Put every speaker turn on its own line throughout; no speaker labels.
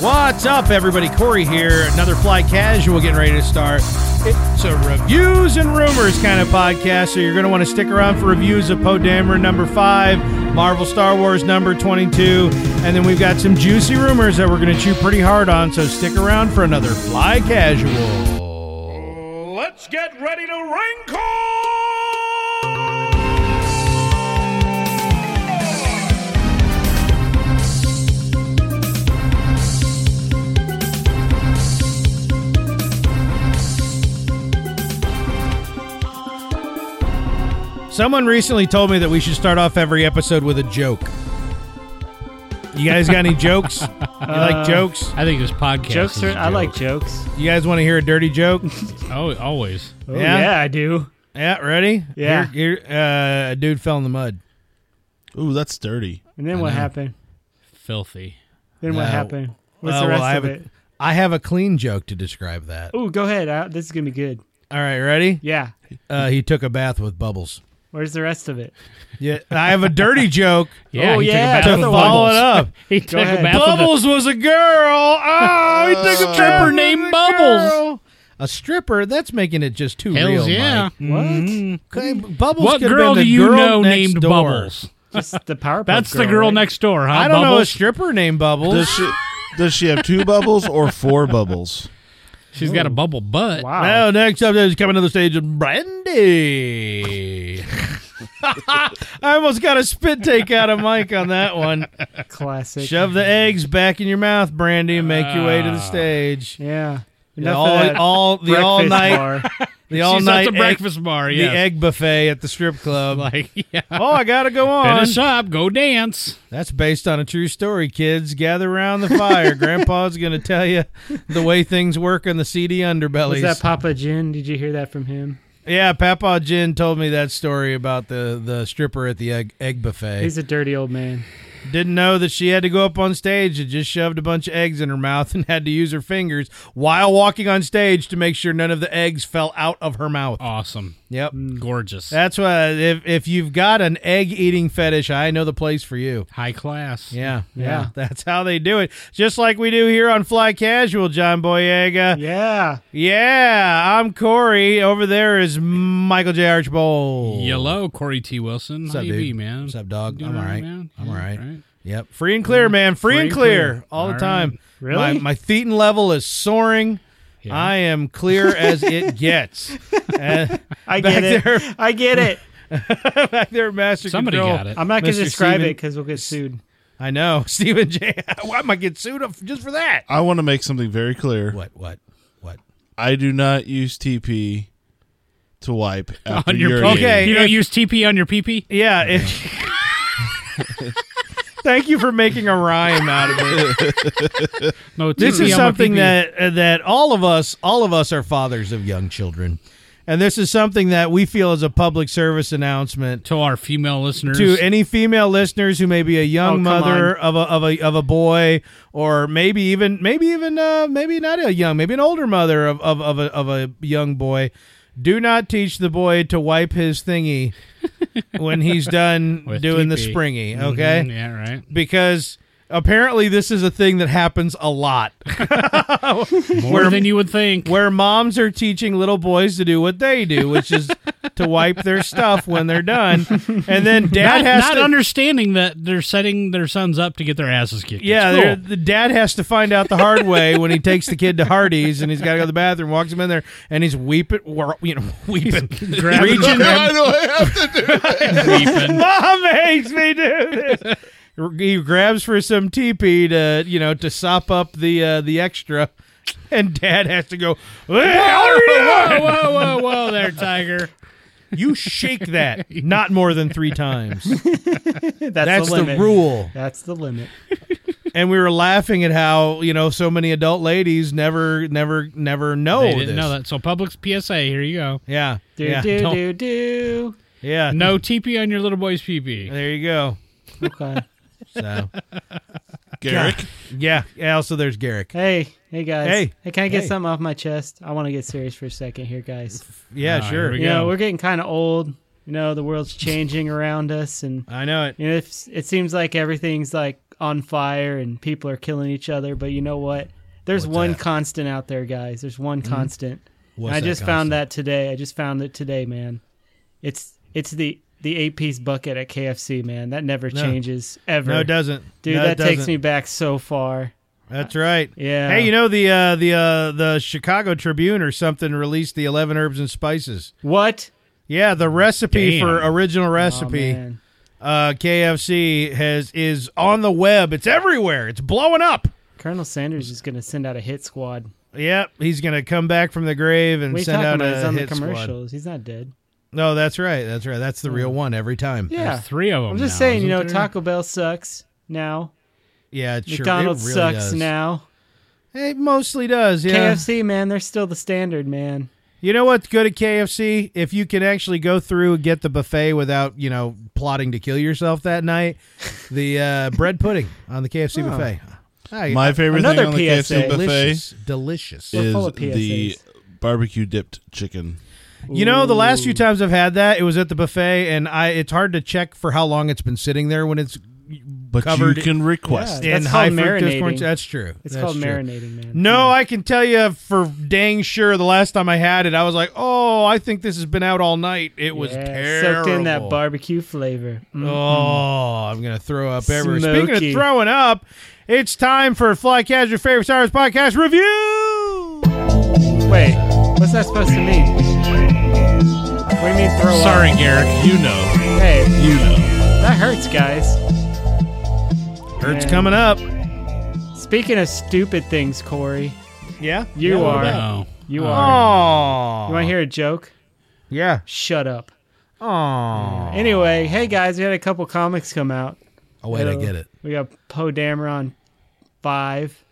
What's up, everybody? Corey here. Another Fly Casual getting ready to start. It's a reviews and rumors kind of podcast, so you're going to want to stick around for reviews of Poe Dameron number five, Marvel Star Wars number 22, and then we've got some juicy rumors that we're going to chew pretty hard on, so stick around for another Fly Casual.
Let's get ready to wrinkle!
Someone recently told me that we should start off every episode with a joke. You guys got any jokes? You like jokes?
Uh, I think this podcast.
Jokes
is
are.
a
I like
joke.
jokes.
You guys want to hear a dirty joke?
Oh, always.
Oh,
Yeah?
yeah? I do.
Yeah, ready?
Yeah.
Here, here, uh, a dude fell in the mud.
Ooh, that's dirty.
And then what happened?
Filthy.
Then what
No.
happened? What's
Uh-huh. Uh,
the
well,
rest
I
of
have a-
it?
I have a clean joke to describe that.
Oh, go ahead. I, this is gonna be good.
All right, ready?
Yeah.
Uh, he took a bath with bubbles.
Where's the rest of it?
Yeah, I have a dirty joke
Oh,
he took a
yeah,
bath
to
that's
with
the
follow it
Bubbles.
up.
He took a
ahead.
bath with a-
Bubbles was a girl. Oh, he took a
Uh,
stripper
named Bubbles.
A stripper? That's making it just too
Hells
real.
yeah.
Mike.
What?
Okay, Bubbles.
What
could have
girl
been
do
the
you
girl
know
next
named
door.
Bubbles?
Just the Powerpuff.
That's
girl,
the girl
right?
next door, huh?
I don't know a
Bubbles?
stripper named
Does
Bubbles.
she does she have two bubbles or four bubbles?
She's got a bubble butt.
Wow.
Now, next up is coming to the stage of Brandy. I almost got a spit take out of Mike on that one.
Classic.
Shove the eggs back in your mouth, Brandy, and make your way to the stage.
Yeah.
Ah. The
Enough of
all,
that
all the all
breakfast
night,
bar.
the
She's
all
at
night
the breakfast bar.
egg,
Yeah.
the egg buffet at the strip club.
Like, yeah.
oh, I gotta go on.
Finish up. Go dance.
That's based on a true story. Kids, gather around the fire. Grandpa's gonna tell you the way things work in the seedy
Was
underbellies.
that Papa Jin? Did you hear that from him?
yeah, Papa Jin told me that story about the the stripper at the egg, egg buffet.
He's a dirty old man.
Didn't know that she had to go up on stage and just shoved a bunch of eggs in her mouth and had to use her fingers while walking on stage to make sure none of the eggs fell out of her mouth.
Awesome.
Yep.
Gorgeous.
That's why if if you've got an egg eating fetish, I know the place for you.
High class.
Yeah, yeah,
Yeah.
That's how they do it. Just like we do here on Fly Casual, John Boyega. Yeah,
Yeah.
I'm Corey. Over there is Michael J. Archbold.
Yellow, Corey T. Wilson.
What's
How
up,
you
dude?
be, man?
What's up, dog?
Doing
I'm all right.
man?
I'm
Yeah,
all right. Yep. Free and clear, man. Free, and clear. All, the
right.
time.
Really?
My, my thetan level is soaring. I am clear as it gets. And
I
back
get it.
there.
I get it.
back there, Master
Somebody
Control.
got it.
I'm not going
Mr.
to describe
Steven-
it because we'll get sued.
I know. Stephen J. Why am I getting sued up just for that?
I want to make something very clear.
What? What? What?
I do not use TP to wipe after
On your
urinating.
pee.
Okay.
You don't
if-
use TP on your PP?
Yeah. if- Thank you for making a rhyme out of it.
No, TP
This
on
is
my
something
PP.
that uh, that all of us all of us are fathers of young children, and this is something that we feel is a public service announcement
To our female listeners.
to any female listeners who may be a
Oh,
young
come
mother of a, of a of a boy or maybe even maybe even uh, maybe not a young maybe an older mother of of, of, a, of a young boy do not teach the boy to wipe his thingy when he's done
With
doing the
TP.
springy
Mhm,
okay
Yeah, right.
because apparently this is a thing that happens a lot
More than you would think.
where moms are teaching little boys to do what they do which is to wipe their stuff when they're done and then dad
not,
has
not
to
understanding that they're setting their sons up to get their asses kicked.
Yeah,
It's
they're-
cool.
the dad has to find out the hard way when he takes the kid to Hardee's and he's got to go to the bathroom, walks him in there, and he's weeping, wor- you know, weeping, reaching.
Why do I have to do
Mom makes me do this. He grabs for some teepee to, you know, to sop up the uh, the extra, and Dad has to go.
whoa, whoa, whoa, whoa, there, Tiger.
You shake that not more than three times.
That's,
That's
the,
the
limit.
rule.
That's the limit.
And we were laughing at how you know so many adult ladies never, never, never know
Oh,
they didn't
this.
know that. So Publix PSA, here you go.
Yeah,
Do
yeah,
do
don't-
do do.
yeah.
Hmm.
No TP on your little boy's PP.
There you go.
Okay.
So
Garrick?
yeah. yeah. Also, there's Garrick.
Hey, hey guys.
Hey.
can I get
Hey.
something off my chest? I want to get serious for a second here, guys.
Yeah,
Ah,
sure.
here we
You know,
go.
we're getting kind of old. You know, the world's changing around us, and
I know it.
you know, it's, it seems like everything's like on fire and people are killing each other. But you know what? There's
What's
one
that?
constant out there, guys. There's one
Hmm?
constant. And
What's
I
that
just found
constant?
that today. I just found it today, man. It's it's the the eight piece bucket at KFC, man. That never changes ever.
No, it doesn't.
Dude,
No, it
that takes
doesn't.
me back so far.
That's right.
Yeah.
Hey, you know the uh, the uh, the Chicago Tribune or something released the eleven herbs and spices.
What?
Yeah, the recipe
Damn.
for original recipe
Oh, man.
uh, KFC has is on the web. It's everywhere. It's blowing up.
Colonel Sanders is going to send out a hit squad.
Yep, he's gonna come back from the grave and
What are you
send
talking
out
about?
a
He's on the
hit squad.
commercials. He's not dead.
No, that's right. That's right. That's the real one every time.
Yeah.
There's three of them.
I'm just
now,
saying, you know,
isn't there?
Taco Bell sucks now.
yeah. It sure, it
McDonald's
really
sucks
does.
now.
It mostly does. Yeah.
KFC, man, they're still the standard, man.
You know what's good at KFC? If you can actually go through and get the buffet without you know plotting to kill yourself that night, the uh, bread pudding on the KFC buffet. I-
My favorite thing
Another
on the
PSA.
KFC buffet
delicious, delicious.
We're full
is
of
the barbecue dipped chicken.
You know, the last few times I've had that, it was at the buffet, and I it's hard to check for how long it's been sitting there when it's
But
Covered
you can request.
Yeah. That's
in high
called
fructose corn.
marinating.
That's true.
It's
That's
called
true.
marinating, man.
No, I can tell you for dang sure. The last time I had it, I was like, "Oh, I think this has been out all night. It was
Yeah,
terrible."
soaked in that barbecue flavor. Mm.
Oh, I'm gonna throw up everywhere. Speaking
Smoky.
of throwing up, it's time for Fly Cash, your favorite Star Wars podcast review.
Wait, what's that supposed to mean? What do you mean throw
Sorry,
up?
Garrick. You know.
Hey,
You know.
that hurts, guys.
Hurts
Man.
coming up.
Speaking of stupid things, Corey,
Yeah.
you
Yeah,
are.
No.
You are.
Oh.
You want to hear a joke?
Yeah.
Shut up.
Oh.
Anyway, hey guys, we had a couple comics come out.
Oh wait, I
So,
get it.
We got Poe Dameron five,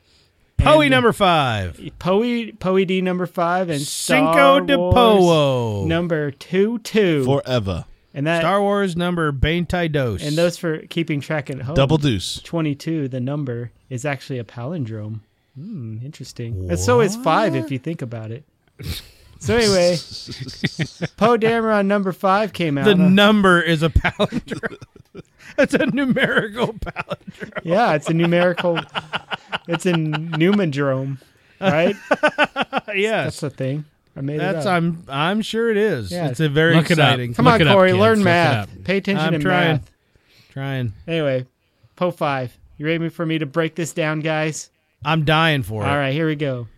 Poe
And-
number five.
Poe Poe D number five, and
Cinco
Star
de
Wars
Poe.
number two two,
Forever.
and that
Star Wars number Baintai Dos.
and those for keeping track at home.
Double deuce.
twenty two, the number is actually a palindrome. Hmm, interesting. And so is five if you think about it. So anyway, Poe Dameron number five came out.
the
on-
number is a palindrome. That's a numerical palindrome.
yeah, it's a numerical. it's a numandrome, right? That's
Yes.
the thing. I made
That's
it up.
I'm I'm sure it is.
Yeah.
It's a very
Look it up.
exciting.
Come
Look
on,
it up,
Corey,
kids.
learn
Look it
math.
up.
Pay attention
I'm
to
trying.
math.
Trying.
Anyway, Poe five. You ready for me to break this down, guys?
I'm dying for it.
All right, here we go.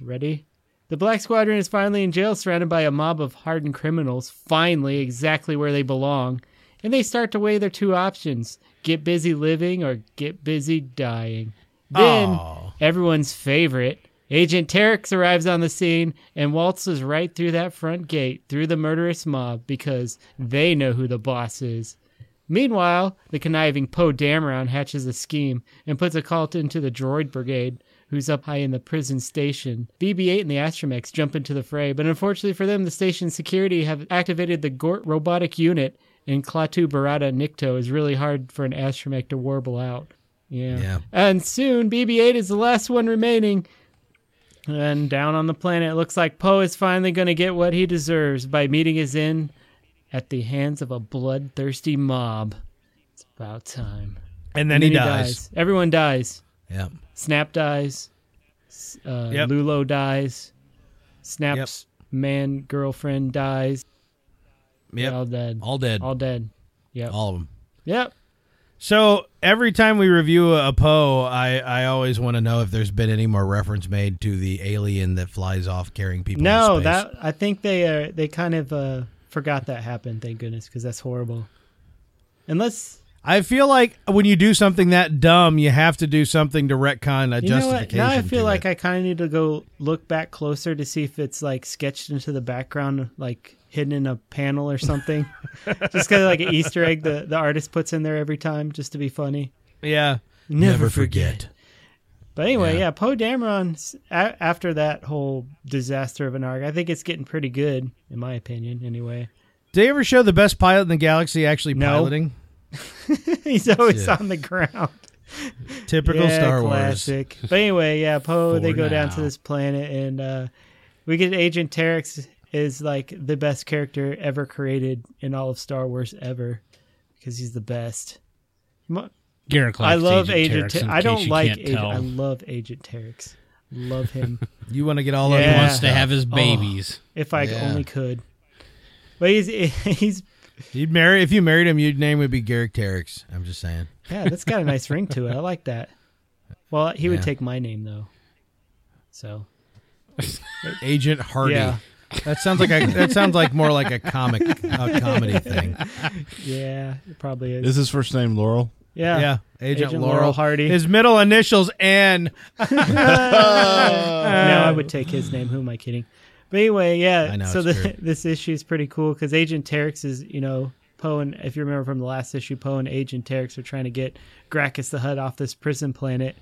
Ready? The Black Squadron is finally in jail, surrounded by a mob of hardened criminals, finally exactly where they belong, and they start to weigh their two options get busy living or get busy dying. Then,
Aw.
everyone's favorite, Agent Terex arrives on the scene and waltzes right through that front gate, through the murderous mob, because they know who the boss is. Meanwhile, the conniving Poe Dameron hatches a scheme and puts a call into the droid brigade, who's up high in the prison station. BB 8 and the Astromechs jump into the fray, but unfortunately for them, the station security have activated the Gort robotic unit, and Klaatu Barada Nikto is really hard for an Astromech to warble out. Yeah.
Yeah.
And soon, BB 8 is the last one remaining. And down on the planet, it looks like Poe is finally going to get what he deserves by meeting his end at the hands of a bloodthirsty mob. It's about time.
And then he, dies.
Everyone dies.
Yeah.
Snap dies. S- Uh,
Yep.
Lulo dies. Snap's man girlfriend dies.
Yep.
All dead.
All dead.
All dead. Yep.
All of them.
yep.
So every time we review a Poe, I, I always want to know if there's been any more reference made to the alien that flies off carrying people.
No,
in space.
that I think they uh, they kind of uh, forgot that happened. Thank goodness, because that's horrible. Unless
I feel like when you do something that dumb, you have to do something to retcon a
you know what?
justification.
Now I feel
to
like
it.
I kind of need to go look back closer to see if it's like sketched into the background, like hidden in a panel or something. just kind of like an Easter egg the the artist puts in there every time, just to be funny.
yeah.
But anyway,
Yeah.
yeah, Poe Dameron. s- a- After that whole disaster of an arc, I think it's getting pretty good, in my opinion. Anyway,
Did they ever show the best pilot in the galaxy actually
No.
piloting?
he's always
Yeah.
on the ground.
Typical Star Wars.
classic. But anyway, yeah, Poe, they
For
go down to
now.
this planet and uh, we get Agent Terex is like the best character ever created in all of Star Wars ever because he's the best. Mo-
Garrett
I
likes
love
Agent.
Agent.
Terex, in
Ter- I
case
don't
you
like
can't
Agent.
tell.
I love Agent Terex. Love him.
You want to get all
Yeah.
of
He
your
wants to
stuff.
have his
Oh.
babies.
if I
Yeah.
only could. But he's he's
You'd marry if you married him. Your name would be Garrick Terex. I'm just saying.
yeah. That's got a nice ring to it. I like that. Well, he would
Yeah.
take my name though. So
Agent Hardy.
yeah,
That sounds like a, that sounds like more like a comic a comedy thing.
yeah, it probably is.
Is his first name Laurel?
yeah,
Yeah, Agent,
Agent
Laurel.
Laurel Hardy.
His middle initials N.
no, I would take his name. Who am I kidding? But anyway, yeah.
Uh, I know,
so
it's
the,
true.
this issue is pretty cool because Agent Terex is, you know, Poe and if you remember from the last issue, Poe and Agent Terex are trying to get Gracchus the Hutt off this prison planet,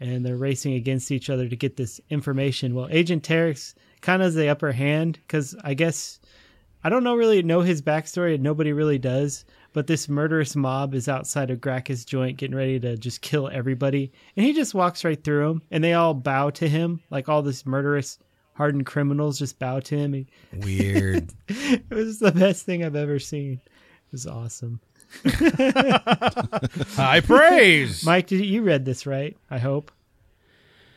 and they're racing against each other to get this information. Well, Agent Terex kind of has the upper hand because I guess I don't know really know his backstory, and nobody really does. But this murderous mob is outside of Gracchus' joint, getting ready to just kill everybody, and he just walks right through them, and they all bow to him, like all this murderous, hardened criminals just bow to him. He-
Weird.
It was the best thing I've ever seen. It was awesome.
High praise.
Mike, did you read this right? I hope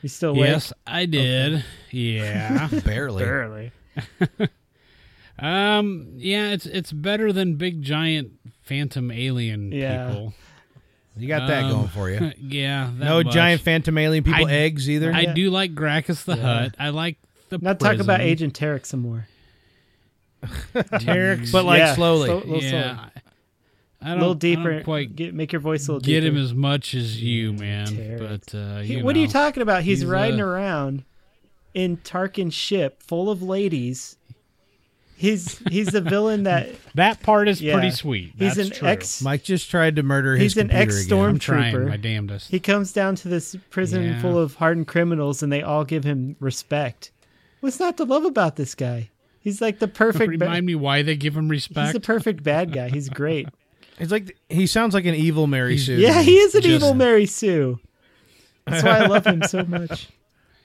you still awake.
Yes, I
Oh.
did. Yeah.
Barely.
barely.
um. Yeah. It's it's better than big giant phantom alien
Yeah.
people.
You got that
Um,
going for you.
yeah. That
No
much.
giant phantom alien people
I-
eggs either.
I do like Gracchus the Hut. I like the.
Now talk about
prison.
Agent Tarek some more.
Terex.
but like
Yeah,
slowly.
slow- little slower.
yeah. I
a
don't,
little
I
deeper.
don't quite
get, make your voice a little
get
deeper.
him as much as you, man.
Terex.
But uh,
He-
you
what are you
know.
talking about? He's,
He's,
riding
uh,
around in Tarkin's ship full of ladies. He's he's the villain that
That part is
Yeah.
pretty sweet.
he's
That's
an
true.
ex
Mike just tried to murder his
he's an
computer
ex
again.
I'm trying my
stormtrooper.
damnedest.
He comes down to this prison
Yeah.
full of hardened criminals and they all give him respect. What's not to love about this guy? He's like the perfect ba-
Remind me why they give him
he's
respect.
the perfect bad guy. He's great.
It's like he sounds like an evil Mary Sue.
Yeah, he is an
Just-
evil Mary Sue. That's why I love him so much.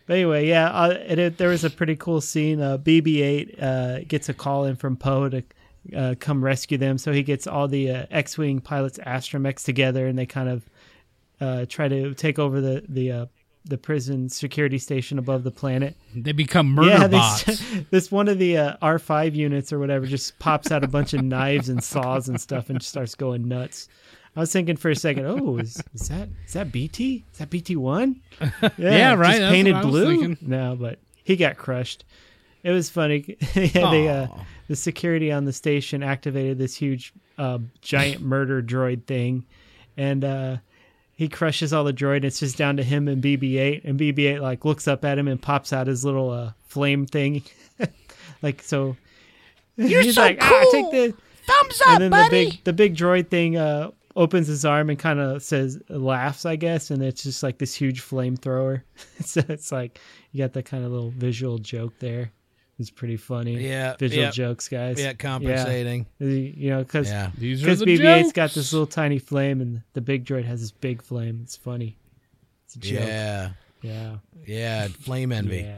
But anyway, yeah, uh, it, it- there was a pretty cool scene. Uh, BB-8 uh, gets a call in from Poe to uh, come rescue them, so he gets all the uh, X-wing pilots, astromechs together, and they kind of uh, try to take over the the uh, the prison security station above the planet.
they become murder
yeah,
bots.
They, this one of the uh, R5 units or whatever just pops out a bunch of knives and saws and stuff and starts going nuts. I was thinking for a second, oh, is, is that is that BT? Is that BT one? Yeah,
right, that's
Just
what
painted
I was
blue.
thinking.
No, but he got crushed. It was funny. yeah, they, uh, the security on the station activated this huge, uh, giant murder droid thing, and uh, he crushes all the droid. It's just down to him and BB-8, and BB-8 like looks up at him and pops out his little uh, flame thing, like so. You're he's
so
like, ah,
cool.
take this
Thumbs
and then the big the big droid thing uh opens his arm and kind of says laughs i guess and it's just like this huge flamethrower so it's like you got that kind of little visual joke there it's pretty funny
Yeah,
visual
yeah.
jokes guys
Yeah, compensating.
you know because
Yeah.
These are
because
the
bb8's
jokes.
got this little tiny flame and the big droid has this big flame it's funny it's a joke yeah
Yeah.
yeah,
Yeah. Flame envy.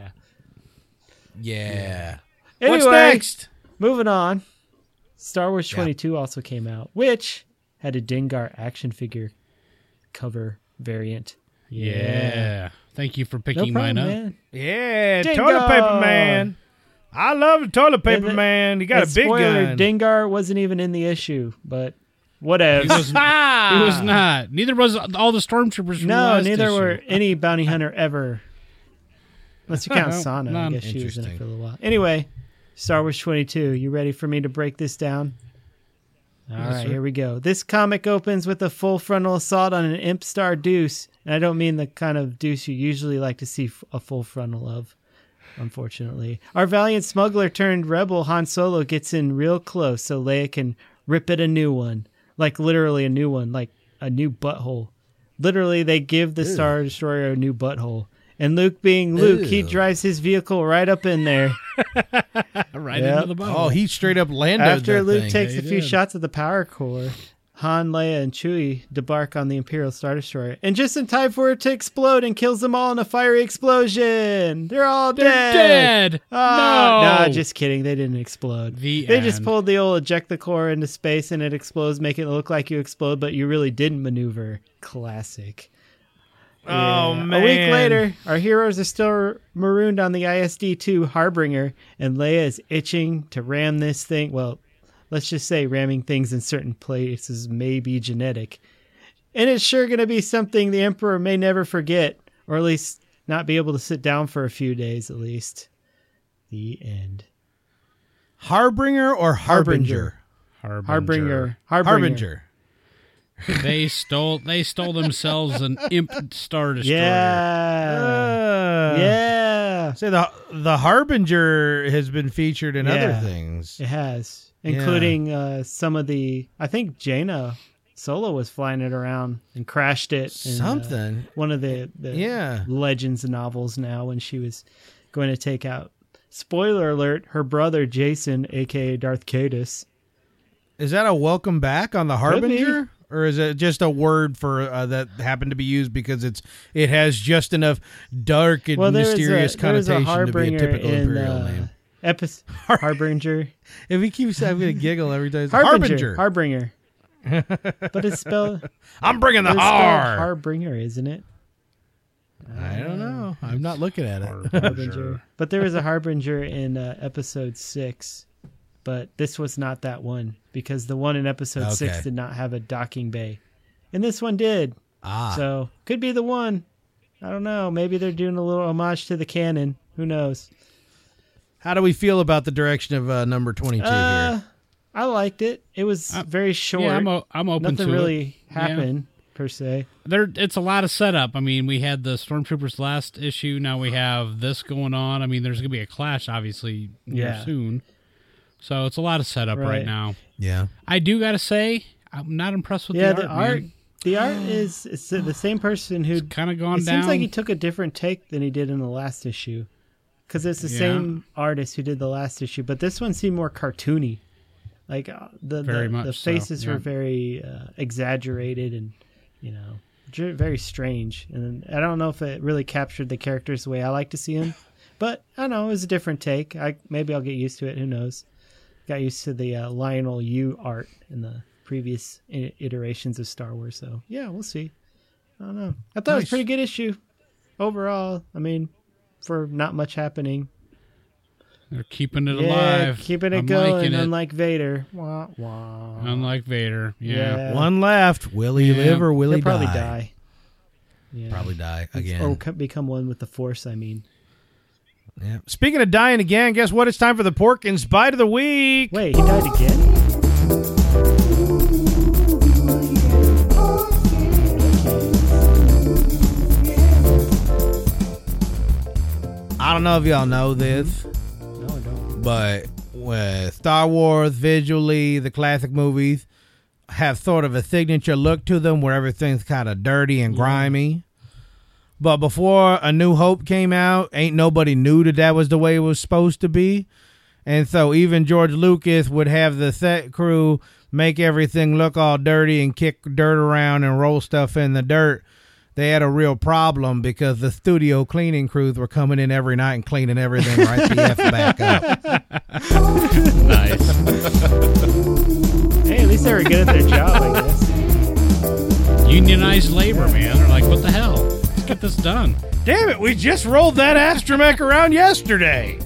Yeah.
anyway
What's next?
moving on star wars
Yeah.
22 also came out which had a dingar action figure cover variant
Yeah. Thank you for
No
picking
problem,
mine up.
man.
Yeah,
Dingo!
toilet paper man. I love the toilet paper
And the-
man. He got
And
a big
spoiler,
gun.
Dengar wasn't even in the issue, but whatever.
It was, it was not. Neither was all the stormtroopers. From the
no,
last
neither
issue.
were any bounty hunter ever. Unless you count
No,
Sana, I
none.
guess she was in it
Interesting.
for a little while. Anyway, Star Wars 22, you ready for me to break this down? All right,
sir.
here we go. This comic opens with a full frontal assault on an Imp Star Deuce, and I don't mean the kind of Deuce you usually like to see f- a full frontal of, unfortunately. Our valiant smuggler turned rebel Han Solo gets in real close so Leia can rip it a new one, like literally a new one, like a new butthole. Literally, they give the Star Destroyer a new butthole. And Luke, being Luke, he
Ew.
drives his vehicle right up in there.
right
Yep.
into the bottom.
oh, he straight up landed
After
that
Luke
thing.
takes
Yeah,
a
he
few
did.
shots at the power core, Han, Leia, and Chewie debark on the Imperial Star Destroyer, and just in time for it to explode and kills them all in a fiery explosion. They're all
They're dead.
Ah,
no.
no, just kidding. They didn't explode.
The
they just
end.
pulled the old eject the core into space and it explodes, making it look like you explode, but you really didn't maneuver. Classic.
Oh
Yeah.
man!
A week later, our heroes are still marooned on the ISD-2 Harbinger, and Leia is itching to ram this thing. Well, let's just say ramming things in certain places may be genetic, and it's sure going to be something the Emperor may never forget, or at least not be able to sit down for a few days at least. The end.
Harbinger or Harbinger?
Harbinger.
Harbinger.
Harbinger.
they stole. They stole themselves an imp star destroyer.
Yeah.
Uh,
yeah.
Say the the Harbinger has been featured in
Yeah.
other things.
It has, including uh, some of the. I think Jaina Solo was flying it around and crashed it. in, uh,
Something.
one of the, the
Yeah.
legends novels now when she was going to take out. Spoiler alert: her brother Jason, aka Darth Cadus.
Is that a welcome back on the
be.
Harbinger? Or is it just a word for uh, that happened to be used because it's it has just enough dark and
Well, there was
mysterious
a, there was a
connotation to be a
harbinger
typical
in
imperial
uh,
name?
Epis- Harbinger.
If he keeps, I'm gonna giggle every time.
Harbinger.
Harbinger.
Harbinger. but it's spelled,
I'm bringing the
it's spelled
har.
Harbinger, isn't it?
I don't know. I'm not looking at it.
Harbinger. But there was a Harbinger in uh, episode six, but this was not that one because the one in episode
Okay.
six did not have a docking bay, and this one did.
Ah,
So could be the one. I don't know. Maybe they're doing a little homage to the canon. Who knows?
how do we feel about the direction of uh, number 22
Uh,
here?
I liked it. It was very short.
Uh, Yeah, I'm, o- I'm open
Nothing
to it.
really
Yeah.
happened per se.
there it's a lot of setup. I mean, we had the stormtroopers last issue. Now we have this going on. I mean, there's going to be a clash, obviously, here
Yeah.
soon. So it's a lot of setup right,
Right.
now.
Yeah.
I do got to say, I'm not impressed with
Yeah,
the art. man.
The art is it's the same person who
kind of gone
it
down.
seems like he took a different take than he did in the last issue because it's the
Yeah.
same artist who did the last issue but this one seemed more cartoony like uh, the
Very
the,
much
the
so,
faces
yeah.
were very uh, exaggerated and you know dr- very strange and i don't know if it really captured the characters the way i like to see them but i don't know it was a different take i maybe i'll get used to it who knows got used to the uh, lionel u art in the previous i- iterations of star wars so yeah we'll see I don't know. I thought it was a
Nice.
pretty good issue overall. I mean, for not much happening.
They're keeping it
yeah,
alive.
keeping it
I'm
going.
liking it.
Unlike Vader, wah wah.
Unlike Vader. Yeah.
Uh, One left. Will he
Yeah.
live or will
He'll
he
probably
die?
die. Yeah.
Probably die again.
Or co- become one with the Force. I mean,
Yeah. Speaking of dying again, guess what? It's time for the Porkins Bite of the Week.
wait, he died again.
I don't know if y'all know this,
No, I don't.
but with Star Wars visually, the classic movies have sort of a signature look to them where everything's kind of dirty and grimy. But before A New Hope came out, ain't nobody knew that that was the way it was supposed to be. And so even George Lucas would have the set crew make everything look all dirty and kick dirt around and roll stuff in the dirt. They had a real problem because the studio cleaning crews were coming in every night and cleaning everything right the F back up.
Nice.
Hey, at least they were good at their job. I guess.
Unionized labor, man. They're like, what the hell? Let's get this done.
Damn it, we just rolled that astromech around yesterday.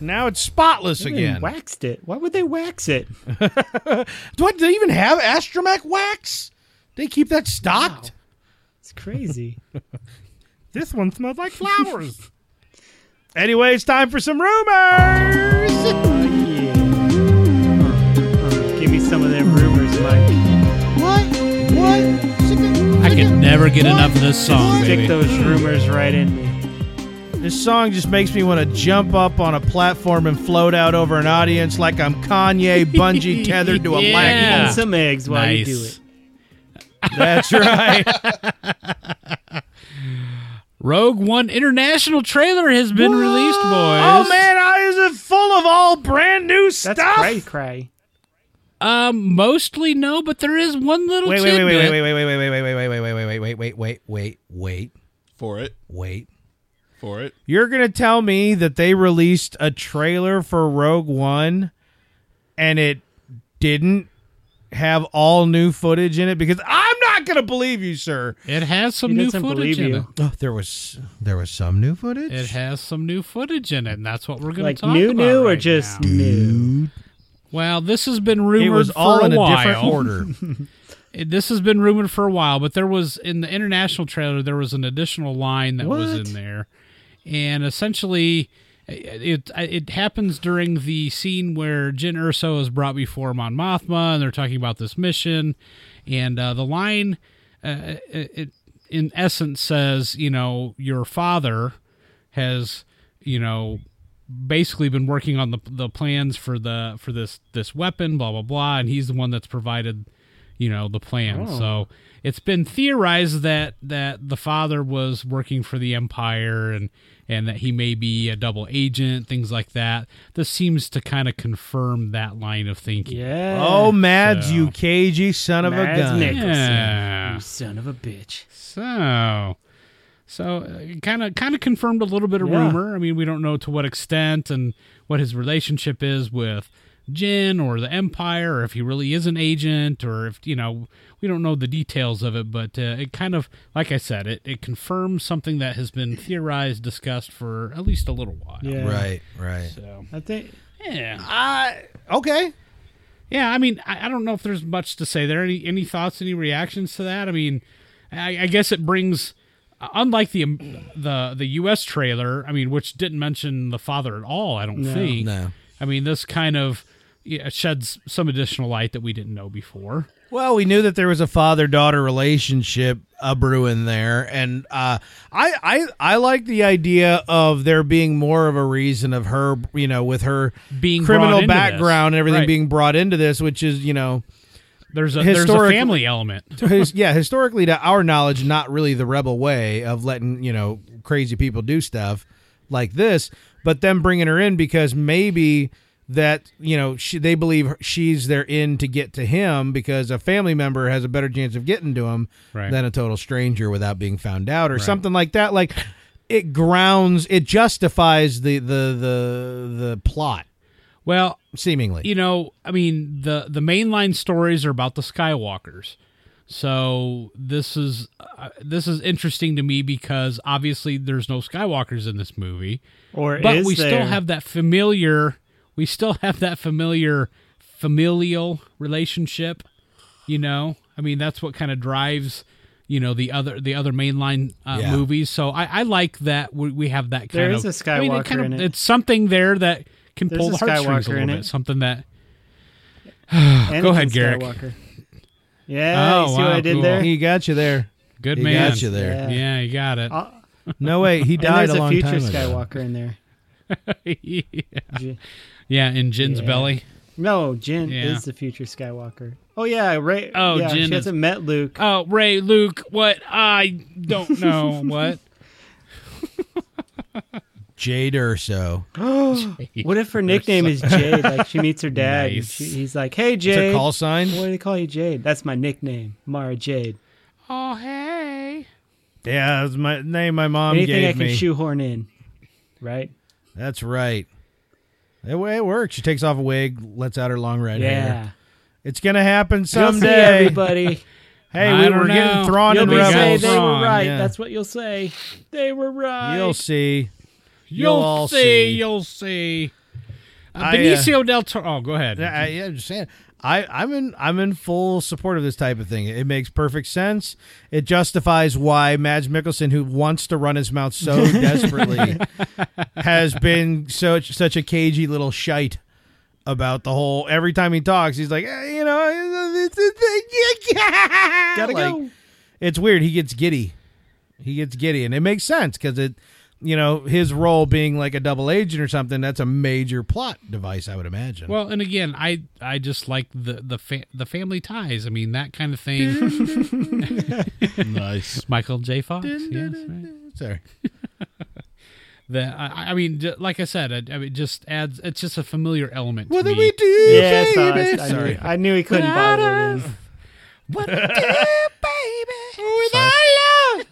Now it's spotless
They
again.
waxed it. Why would they wax it?
What, do they even have astromech wax? They keep that stocked?
It's crazy.
This one smells like flowers. anyway, it's time for some rumors.
yeah. Uh, uh, give me some of them rumors, Mike.
What? What?
I could never get enough of this song,
Stick
baby.
those rumors right in me.
This song just makes me want to jump up on a platform and float out over an audience like I'm Kanye bungee tethered to a
Yeah.
black
and some eggs while
nice.
you do it.
pole. That's right.
Rogue One International trailer has been released, boys.
Oh man, I, is it full of all brand new
That's
stuff?
cray cray.
Um, mostly no, but there is one little
Wait, wait, wait, wait,
tidbit.
wait, wait, wait, wait, wait, wait, wait, wait, wait, wait, wait, wait, wait, wait, wait,
For it.
wait.
For it.
You're gonna tell me that they released a trailer for Rogue One, and it didn't have all new footage in it because I'm not gonna believe you, sir.
It has some
He
new
doesn't
footage
believe
in
you.
it.
Oh, there was there was some new footage.
It has some new footage in it, and that's what we're going to
Like
talk
new,
about.
new, or
right
just
now.
new?
Well, this has been
it
rumored
was
for
all
a
in a
while.
different order.
It- This has been rumored for a while, but there was in the international trailer there was an additional line that was
What?
in there, and essentially, it, it it happens during the scene where Jin Urso is brought before Mon Mothma, and they're talking about this mission, and uh, the line, uh, it, it in essence says, you know, your father has, you know, basically been working on the the plans for the for this this weapon, blah blah blah, and he's the one that's provided, you know, the plan.
Oh.
So it's been theorized that that the father was working for the empire and and that he may be a double agent, things like that. This seems to kind of confirm that line of thinking.
Yeah.
oh, Mads,
So-
you cagey son of
Mads
a gun.
Nick.
Yeah.
You son of a bitch.
So, so kind of kind of confirmed a little bit of
Yeah.
rumor. I mean, we don't know to what extent and what his relationship is with Jin or the Empire, or if he really is an agent, or if you know, we don't know the details of it. But uh, it kind of, like I said, it it confirms something that has been theorized, discussed for at least a little while.
Yeah.
Right, right.
So,
I think
yeah,
Okay.
yeah. I mean, I, I don't know if there's much to say there. Any any thoughts, any reactions to that? I mean, I, I guess it brings, uh, unlike the um, the the U.S. trailer, I mean, which didn't mention the father at all. I don't think.
No.
I mean, this kind of yeah, sheds some additional light that we didn't know before.
Well, we knew that there was a father-daughter relationship uh, brewing there, and uh, I, I, I like the idea of there being more of a reason of her, you know, with her
Being brought
criminal
into
background and
this.
everything
Right.
being brought into this, which is, you know,
there's a there's a
historically-
family element.
his, yeah, historically to our knowledge, not really the rebel way of letting you know crazy people do stuff like this, but them bringing her in because maybe that you know she, they believe she's their in to get to him because a family member has a better chance of getting to him
Right.
than a total stranger without being found out or something like that. Like it grounds, it justifies the the the the plot
Well,
seemingly.
you know, I mean, the the mainline stories are about the Skywalkers. So this is uh, this is interesting to me because obviously there's no Skywalkers in this movie,
or
but
is
we
there?
still have that familiar we still have that familiar familial relationship, you know? I mean, that's what kind of drives you know the other the other mainline uh,
Yeah.
movies, so I, I like that we, we have that kind
There
of.
is a
I mean,
Skywalker
kind of,
in it.
It's something there that can
There's
pull
a
the heartstrings a
Skywalker
little
in
bit.
it.
Something that
Anakin
Go ahead, Garrick.
Skywalker. Yeah,
Oh,
you see what
wow,
I did
cool.
there?
he got you there.
Good
He
man.
got you there.
Yeah. you got it.
Uh,
No wait, he
and
died
there's
a
a
long
future
time ago.
Skywalker in there.
yeah.
J-
in Jin's
Yeah.
belly.
No, Jin
Yeah.
is the future Skywalker. Oh yeah, right.
Oh,
yeah,
Jin
she hasn't met Luke.
Oh, Ray, Luke, what? I don't know what.
Jade Urso.
what if her nickname is Jade? Like she meets her dad. and
Nice.
she, he's like, "Hey
It's a
Jade,
call
what
sign.
do they call you, Jade? That's my nickname, Mara Jade.
Oh, hey.
Yeah, that's my name my mom
Anything
gave
I can
me.
shoehorn in, right?
That's right. That way it works. She takes off a wig, lets out her long red hair.
yeah,
It's gonna happen
You'll see
someday.
everybody.
Hey,
I
we
don't
were
know.
getting thrown
You'll
in
be saying
rebels.
they were
Wrong,
right.
yeah.
That's what you'll say. They were right.
You'll see.
You'll,
You'll all
see,
see.
You'll see. Uh,
I, uh,
Benicio del Toro. Oh, go ahead.
I, I understand. I, I'm in. I'm in full support of this type of thing. It makes perfect sense. It justifies why Madge Mickelson, who wants to run his mouth so desperately, has been such such a cagey little shite about the whole. Every time he talks, he's like, "Eh, you know, it's, it's,
Gotta
like,
go.
it's weird. He gets giddy. He gets giddy, and it makes sense because it, you know, his role being like a double agent or something. That's a major plot device, I would imagine.
well, and again, I I just like the the fa- the family ties. I mean, that kind of thing.
Nice.
Michael J. Fox. yes, right.
Sorry.
that I, I mean, j- like I said, I, I mean, it just adds. It's just a familiar element.
What
to
do
me.
we do,
Yeah, I saw
baby?
it. I, knew, I knew he couldn't bother with this.
What do, baby? With our love,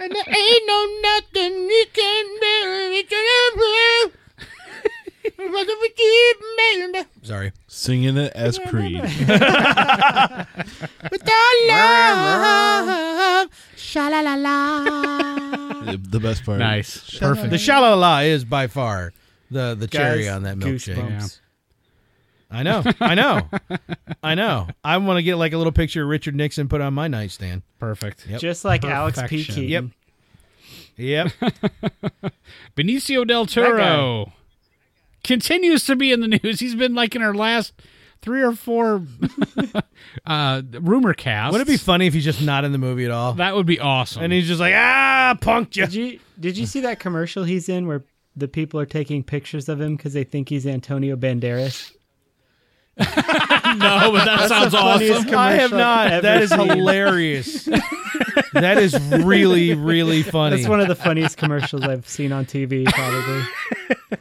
and there ain't no nothing we can do. We can do. What do we do, baby? Sorry.
Singing it as Creed.
With our love, sha la la la.
the the best part.
Nice, perfect.
The sha la la is by far the the cherry
Guys,
on that milkshake.
goosebumps.
I know, I know, I know. I want to get like a little picture of Richard Nixon put on my nightstand.
Perfect.
Yep.
Just like Alex P.
Perfection.
Keaton.
Yep. Yep.
Benicio del Toro continues to be in the news. He's been like in our last three or four uh, rumor casts.
Wouldn't it be funny if he's just not in the movie at all?
that would be awesome.
and he's just like, ah, punked you.
Did you did you see that commercial he's in where the people are taking pictures of him because they think he's Antonio Banderas?
no, Oh, but that sounds awesome.
Funniest
I have
commercial
not.
I've
That
ever
is
seen.
hilarious. that is really, really funny.
That's one of the funniest commercials I've seen on TV, probably.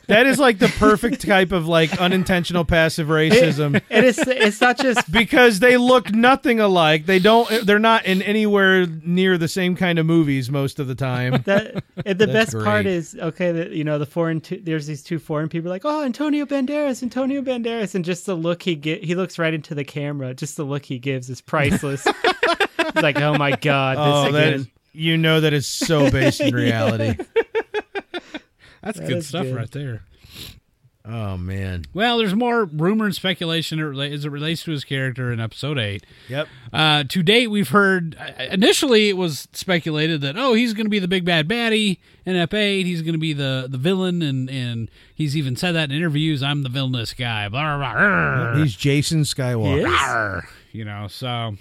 that is like the perfect type of like unintentional passive racism.
and it's it's not just
Because they look nothing alike. They don't. They're not in anywhere near the same kind of movies most of the time.
that. And the
That's
best part
great.
is okay. That you know the foreign. Two, there's these two foreign people like, oh, Antonio Banderas, Antonio Banderas, and just the look he get. He looks right into the camera. Just the look he gives is priceless. It's like, oh my god, this
Oh, that
again.
is. You know that is so based in reality.
That's
That
good
is
stuff
good.
right there.
Oh man.
Well, there's more rumor and speculation as it relates to his character in episode eight.
Yep.
Uh, to date, we've heard uh, initially it was speculated that oh he's going to be the big bad baddie in F8, he's going to be the the villain, and and he's even said that in interviews. I'm the villainous guy, blah blah. blah.
He's Jason Skywalker.
Arr, you know, so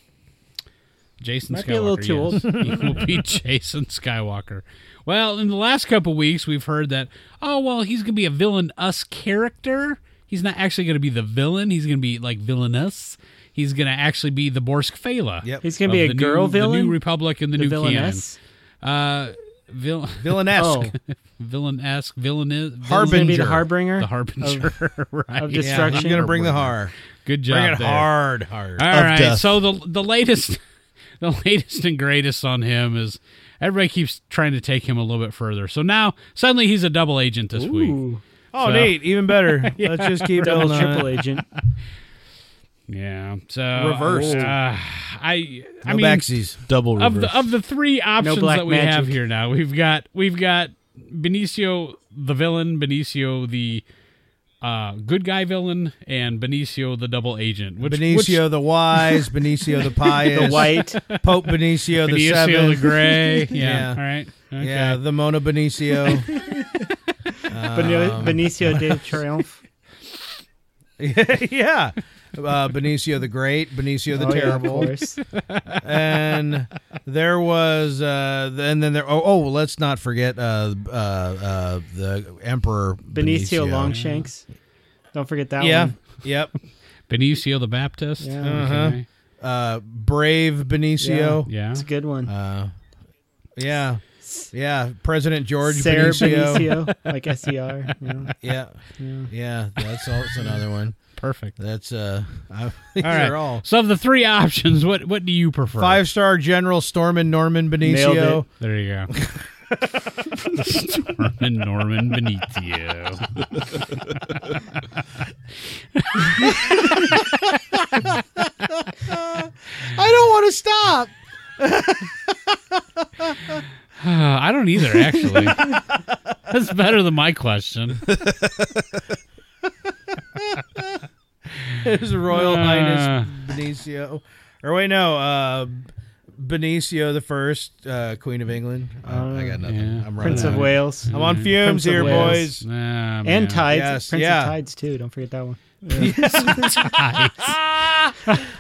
Jason
Might
Skywalker.
be a little too
yes. he will be Jason Skywalker. Well, in the last couple weeks, we've heard that oh well, he's gonna be a villain us character. He's not actually gonna be the villain. He's gonna be like villainous. He's gonna actually be the Borsk Fela.
Yep.
He's gonna be
of
a
the
girl
new,
villain.
the new Republic, and the,
the
new canon.
villainess.
Uh, vill-
Villain-esque.
Oh,
villain-esque, villainous,
Harbinger.
gonna be the
Harbinger.
harbinger.
the harbinger, right?
of
Yeah, I'm
destruction.
gonna bring the har.
Good job.
Bring it
there.
hard, hard.
All right,
of death.
So the the latest, the latest and greatest on him is everybody keeps trying to take him a little bit further. So now suddenly he's a double agent this week.
Ooh,
Oh,
So-
neat. Even better. Let's just keep
double
building on
triple
it.
agent.
Yeah. So
Reversed.
Uh, I I
No
mean
backsies.
Double reverse.
of the of the three options
black
that we
magic.
have here now, we've got we've got Benicio the villain, Benicio the uh, good guy villain, and Benicio the double agent. Which, which-
Benicio the wise, Benicio the pious,
The white.
Pope Benicio the
Benicio the
seventh.
gray. Yeah.
Yeah.
All right. Okay.
Yeah, the Mona Benicio.
Beno-
Um,
Benicio de Triumph.
yeah. Uh, Benicio the Great, Benicio the
Oh, yeah, of
Terrible,
course.
and there was, uh, and then there. Oh, oh let's not forget uh, uh, uh, the Emperor
Benicio, Longshanks. Don't forget that
Yeah,
one.
yep.
Benicio the Baptist.
Yeah.
Uh-huh.
Okay.
Uh, brave Benicio.
Yeah.
It's a good one.
Uh, yeah, yeah. President George
Sarah
Benicio.
Benicio, like S E R. you know.
Yeah, yeah. That's also another one.
Perfect.
That's uh, I, these
All right.
are all
So of the three options, what what do you prefer?
five star General Stormin Norman Benicio.
Nailed
There you go. Norman Norman Benicio.
I don't want to stop.
Uh, I don't either, actually. That's better than my question.
His Royal
Uh.
Highness Benicio, or wait, no, uh, Benicio the First, uh, Queen of England. Uh, I got nothing.
yeah.
I'm running.
Prince of
out.
Wales.
I'm on fumes
Prince of
here,
Wales.
boys.
Nah, man.
And Tides.
Yes,
Prince
yeah.
of Tides, too. Don't forget that one.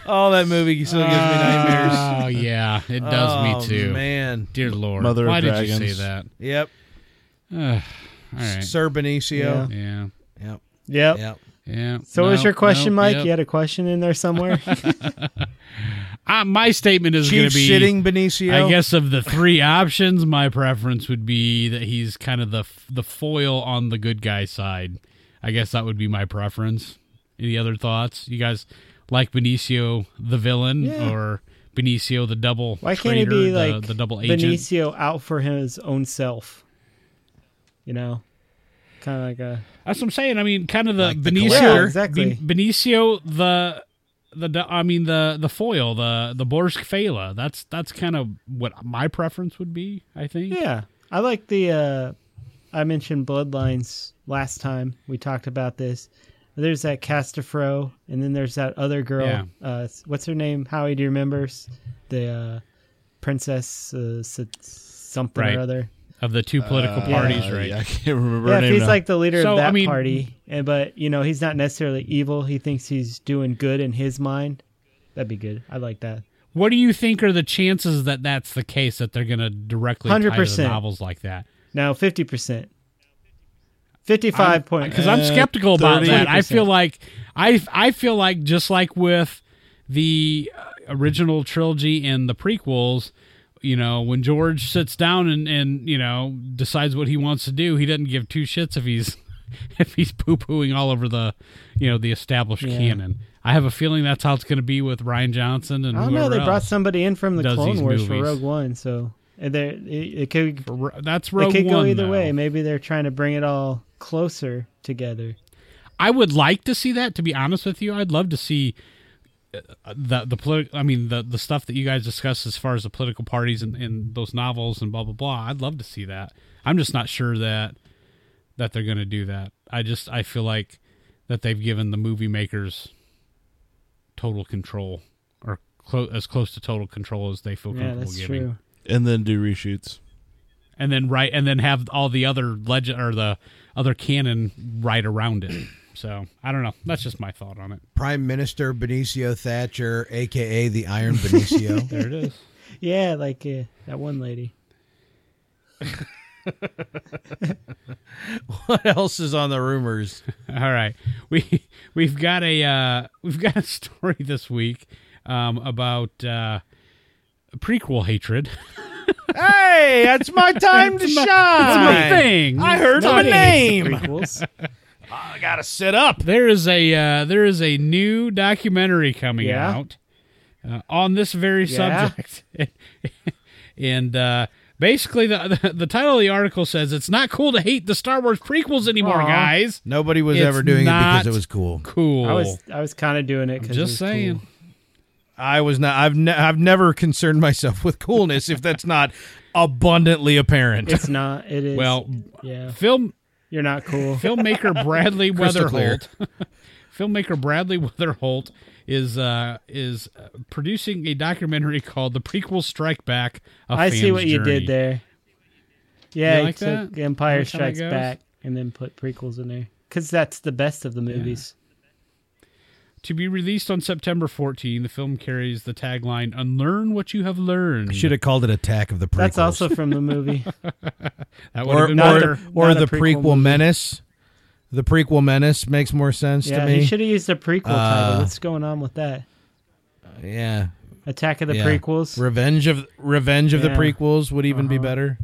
Oh, that movie still gives me nightmares.
Oh yeah, it does me
Oh,
too.
man.
Dear Lord,
Mother of
why did you say
Dragons.
that?
Yep,
Ugh. all right.
Sir Benicio.
Yeah.
Yep,
Yep.
yep.
Yeah.
So, what was
No,
your question,
no,
Mike?
yep.
You had a question in there somewhere?
uh, my statement is going
Chief
to be
shitting Benicio.
I guess of the three options, my preference would be that he's kind of the the foil on the good guy side. I guess that would be my preference. Any other thoughts? You guys like Benicio the villain
Yeah.
or Benicio the double?
Why can't
traitor,
he be
the,
like
the double agent?
Benicio out for his own self? You know, kind of like a
That's what I'm saying. I mean, kind of the
Like the
Benicio,
collector.
Yeah, exactly.
Ben- Benicio the the du- I mean the the foil the the Borsk Fela. That's that's kind of what my preference would be. I think.
yeah. I like the. uh I mentioned bloodlines last time we talked about this. There's that Castafro, and then there's that other girl.
Yeah.
Uh, what's her name? Howie, do you remember? The uh, princess uh, s- something
Right.
or other.
Of the two political
Uh,
parties,
yeah,
right?
I can't remember
Yeah,
her
if
name.
he's
now.
like the leader
So, I
of that
mean-
party, and but you know he's not necessarily evil. He thinks he's doing good in his mind. That'd be good. I like that.
What do you think are the chances that that's the case that they're going to directly tie to the
100%.
novels like that?
Now fifty percent, fifty-five point.
Because I'm
Uh,
skeptical about that. I
30%.
feel like I I feel like just like with the uh, original trilogy and the prequels, you know, when George sits down and and you know decides what he wants to do, he doesn't give two shits if he's if he's poo pooing all over the you know the established canon. I have a feeling that's how it's going to be with Ryan Johnson and
I don't know.
whoever
They brought
else.
somebody in from the
does
Clone
these
Wars for
movies.
Rogue One, so and there it, it could
R- that's
it
Rogue
could go
One,
either
though.
way. Maybe they're trying to bring it all closer together.
I would like to see that. To be honest with you, I'd love to see uh, the the politi- I mean the the stuff that you guys discuss as far as the political parties and, and those novels and blah blah blah. I'd love to see that. I'm just not sure that that they're going to do that. I just I feel like that they've given the movie makers total control or clo- as close to total control as they feel
Yeah,
comfortable
that's
giving.
true.
and then do reshoots.
And then right and then have all the other legend or the other canon right around it. So, I don't know. That's just my thought on it.
Prime Minister Benicio Thatcher, aka the Iron Benicio.
There it is.
Yeah, like uh, that one lady.
What else is on the rumors?
All right, we we've got a uh, we've got a story this week um, about uh, prequel hatred.
hey, that's my time to
That's my
shine.
thing.
I heard my
Nobody hates the
name.
prequels.
I gotta sit up.
There is a uh, there is a new documentary coming
Yeah?
out uh, on this very
Yeah?
subject, and uh, basically the, the the title of the article says it's not cool to hate the Star Wars prequels anymore,
Aw.
guys.
Nobody was
It's
ever doing it
not-
because it was cool.
Cool.
I was I was kind of doing it. 'cause it
just
was
saying.
cool.
I was not. I've ne- I've never concerned myself with coolness if that's not abundantly apparent.
It's not. It is.
Well,
yeah,
film
you're not cool.
filmmaker Bradley
Crystal
Weatherholt. filmmaker Bradley Weatherholt is uh, is uh, producing a documentary called "The Prequel Strike Back." A
I see
Fan's
what you
Journey.
did there. Yeah,
You
you
like
took
that?
Empire
That's how that
Strikes
goes?
Back and then put prequels in there because that's the best of the movies.
To be released on September 14, the film carries the tagline "Unlearn what you have learned."
Should have called it Attack of the Prequels.
That's also from the movie.
that would have
or
been
not
or,
better.
a-
or
not a
the
prequel
prequel, menace. The prequel menace makes more sense
yeah,
to me.
he should have used a prequel title.
Uh,
What's going on with that?
yeah,
Attack of the
yeah.
Prequels.
Revenge of Revenge of
Yeah. Uh-huh.
the prequels would even be better.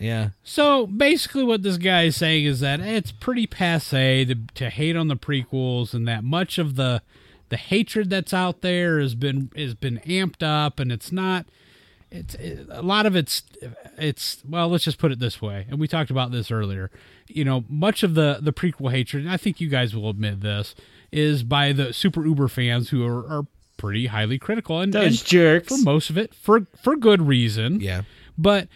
Yeah,
So basically, what this guy is saying is that it's pretty passe to, to hate on the prequels, and that much of the the hatred that's out there has been has been amped up, and it's not. It's it, a lot of it's it's well, let's just put it this way, and we talked about this earlier. You know, much of the the prequel hatred, and I think you guys will admit this, is by the super uber fans who are, are pretty highly critical, and,
Those
and
jerks.
for most of it, for for good reason
yeah.
but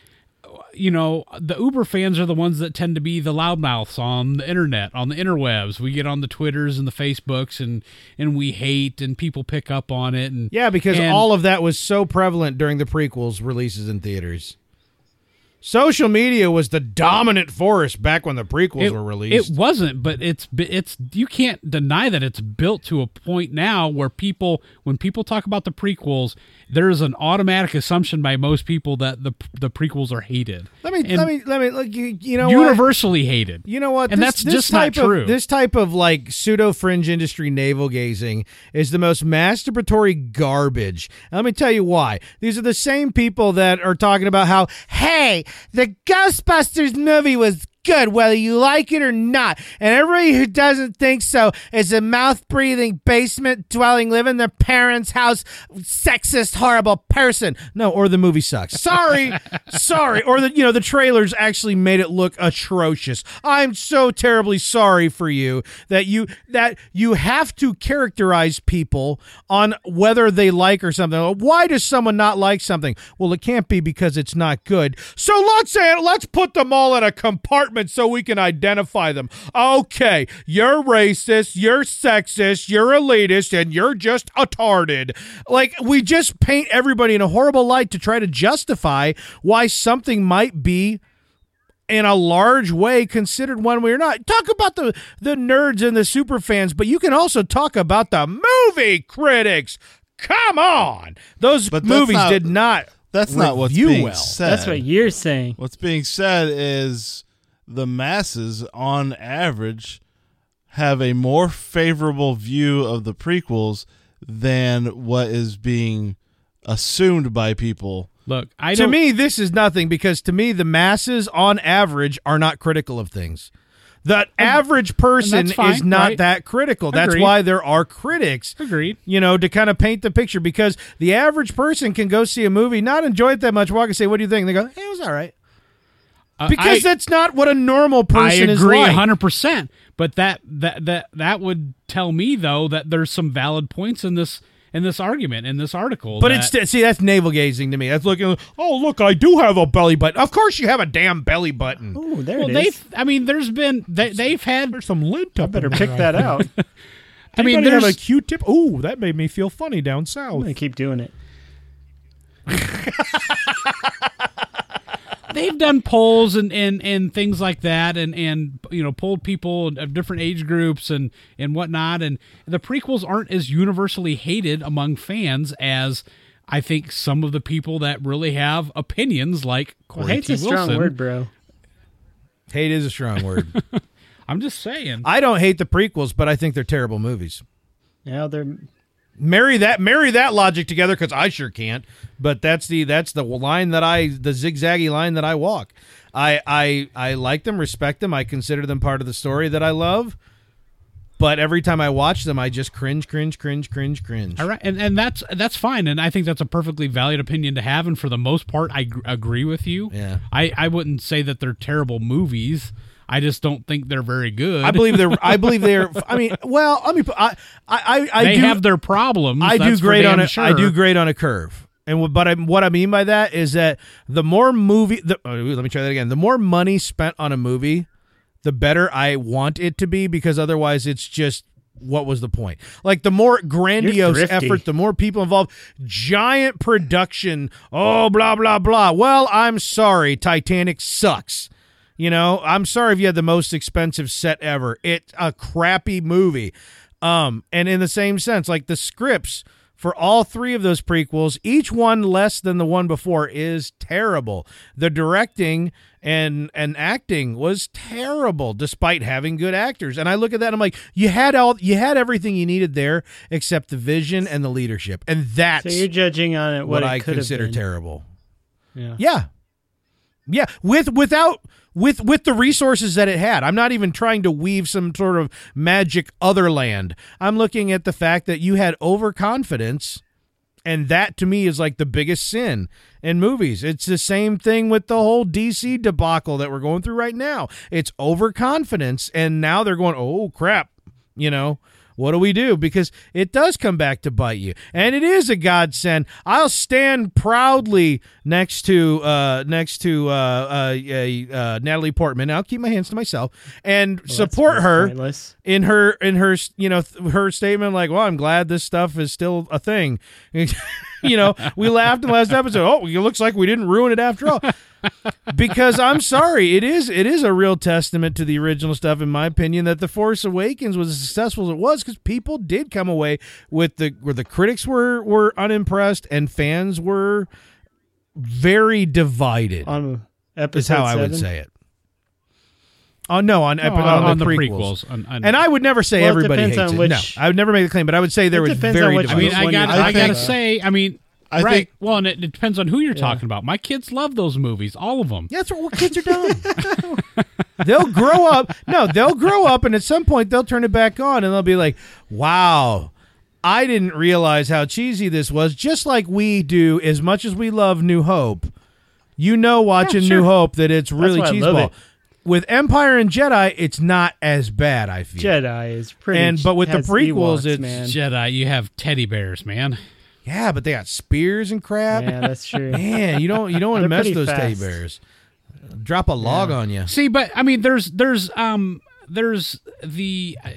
you know the uber fans are the ones that tend to be the loudmouths on the internet on the interwebs we get on the twitters and the facebooks and and we hate and people pick up on it and
yeah, because
and-
all of that was so prevalent during the prequels releases in theaters. Social media was the dominant force back when the prequels were released.
It wasn't, but it's bi- it's you can't deny that it's built to a point now where people when people talk about the prequels, there is an automatic assumption by most people that the the prequels are hated.
let me,
And
let me, let me, look, you, you know, what?
universally hated.
You know what?
And
This-
that's
this
just
type
not true.
Of, this type of like pseudo fringe industry navel gazing is the most masturbatory garbage. And let me tell you why. These are the same people that are talking about how, hey, the Ghostbusters movie was good, whether you like it or not. And everybody who doesn't think so is a mouth breathing, basement dwelling, live in their parents' house, sexist, horrible person. No, or the movie sucks. Sorry, sorry. Or the you know the trailers actually made it look atrocious. I'm so terribly sorry for you that you that you have to characterize people on whether they like or something. Why does someone not like something? Well, it can't be because it's not good. So let's an- let's put them all in a compartment so we can identify them. Okay, you're racist, you're sexist, you're elitist, and you're just a tarded. Like we just paint everybody in a horrible light to try to justify why something might be in a large way considered one way or not. Talk about the the nerds and the super fans, but you can also talk about the movie critics. Come on, those
But that's
movies
not-
did not.
That's not what's
Review
being
well.
said.
That's what you're saying.
What's being said is the masses, on average, have a more favorable view of the prequels than what is being assumed by people.
Look, I
to
don't
me, this is nothing because to me, the masses on average are not critical of things. The average person
fine,
is not
right?
that critical. That's
Agreed.
why there are critics.
Agreed.
You know, to kind of paint the picture because the average person can go see a movie, not enjoy it that much, walk and say, What do you think? And they go, hey, It was all right.
uh,
Because
I-
that's not what a normal
I
person
agree
is like.
hundred percent. But that that that that would tell me though that there's some valid points in this in this argument in this article.
But
that-
it's see that's navel gazing to me. That's looking. Oh look, I do have a belly button. Of course you have a damn belly button.
Oh, there
well,
it is.
they've. I mean, there's been they, they've had.
There's some lint up.
Better pick that out. I'm
I mean, there's
Q-tip. Ooh, that made me feel funny down south.
gonna keep doing it.
they've done polls and, and, and things like that and, and you know polled people of different age groups and, and whatnot and the prequels aren't as universally hated among fans as i think some of the people that really have opinions like Corey
Well, hate's
T.
a strong
Wilson.
word, bro.
Hate is a strong word.
i'm just saying
I don't hate the prequels, but I think they're terrible movies.
Now they're
Marry that, marry that logic together, because I sure can't. But that's the that's the line that I the zigzaggy line that I walk. I I I like them, respect them. I consider them part of the story that I love. But every time I watch them, I just cringe, cringe, cringe, cringe, cringe.
all right and, and that's that's fine and i think that's a perfectly valid opinion to have and for the most part i gr- agree with you
Yeah.
I, I wouldn't say that they're terrible movies i just don't think they're very good
I believe they're. I believe they're. I mean, well, I mean, I, I, I, I
they
do
have their problems.
I do
that's for
grade on
damn
a I
Sure.
do grade on a curve. And wh- but I, what I mean by that is that the more movie, the, oh, let me try that again. The more money spent on a movie, the better I want it to be because otherwise it's just what was the point? Like the more grandiose
thrifty.
effort, the more people involved, giant production. Oh, blah blah blah. Well, I'm sorry, Titanic sucks. You know, I'm sorry if you had the most expensive set ever. It's a crappy movie. Um, and in the same sense, like the scripts for all three of those prequels, each one less than the one before, is terrible. The directing and and acting was terrible, despite having good actors. And I look at that, and I'm like, you had all, you had everything you needed there, except the vision and the leadership, and
so
that's
you're judging on it
what
it
I
could
consider
have been.
terrible.
Yeah.
Yeah. Yeah, with without with with the resources that it had. I'm not even trying to weave some sort of magic other land. I'm looking at the fact that you had overconfidence and that to me is like the biggest sin in movies. It's the same thing with the whole DC debacle that we're going through right now. It's overconfidence and now they're going, "Oh crap." You know, what do we do? Because it does come back to bite you, and it is a godsend. I'll stand proudly next to uh, next to uh, uh, uh, uh, Natalie Portman. I'll keep my hands to myself and support
That's
her
Pointless.
in her in her you know th- her statement like well i'm glad this stuff is still a thing you know we laughed in the last episode oh it looks like we didn't ruin it after all because I'm sorry, it is it is a real testament to the original stuff, in my opinion, that the Force Awakens was as successful as it was because people did come away with the where the critics were were unimpressed and fans were very divided.
on
is
episode
how I would
seven?
say it. Oh no, on, epi- on, the, prequels.
On- on-
And I would never say
Well, it
everybody
depends
hates
on
Mm-hmm. it.
which-
no, I would never make the claim, but I would say there
It
was
depends
very.
on which
I mean,
divided.
I
one
got.
you-
I,
I
gotta
think-
say. I mean,
I
right.
think-
well, and it, it depends on who you're talking about. My kids love those movies, all of them.
Yeah, that's what well, kids are dumb. they'll grow up. No, they'll grow up, and at some point they'll turn it back on, and they'll be like, "Wow, I didn't realize how cheesy this was." Just like we do, as much as we love New Hope, you know, watching New Hope that it's really
why I love
cheeseball.
it.
With Empire and Jedi, it's not as bad. I feel.
Jedi is pretty.
And- but with the
has
prequels,
Ewoks,
it's
man.
Jedi, uh, you have teddy bears, man.
yeah, but they got spears and crap.
yeah, that's true.
Man, you don't you don't want to
They're
mess
pretty
those teddy
fast.
bears. Drop a log on you.
See, but I mean, there's there's um there's the uh,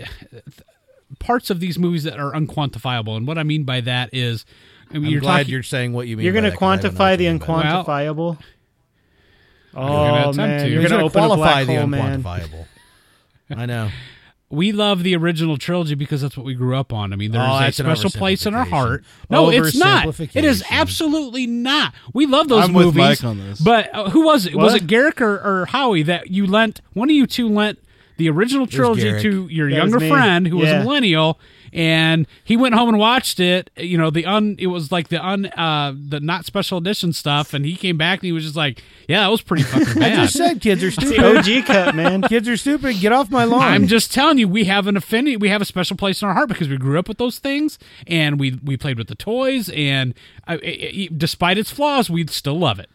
parts of these movies that are unquantifiable, and what I mean by that is, I mean,
I'm
you're
glad
talking.
you're saying what you mean.
You're
going
gonna
to
quantify the
Well-
unquantifiable.
gonna
oh
attempt
man,
to.
you're
He's
gonna,
gonna
open a
qualify
black
the
hole, man.
unquantifiable. I know.
we love the original trilogy because that's what we grew up on. I mean, there's
Oh,
a
that's an
special place in our
oversimplification.
heart. No, it's not. It is
Oversimplification.
absolutely not. We love those
I'm with
movies.
Mike on this.
But uh, who was it? Was
What?
it Garrick or, or Howie that you lent? One of you two lent the original trilogy
Garrick.
to your
That was
younger
me.
friend who was a
Yeah.
millennial, and he went home and watched it. You know, the un it was like the un uh the not special edition stuff, and he came back and he was just like, "Yeah, that was pretty fucking bad."
I said kids are
It's
stupid.
the OG cut, man.
kids are stupid. Get off my lawn.
I'm just telling you, we have an affinity. We have a special place in our heart because we grew up with those things, and we we played with the toys. And uh, e- e- despite its flaws, we still love it.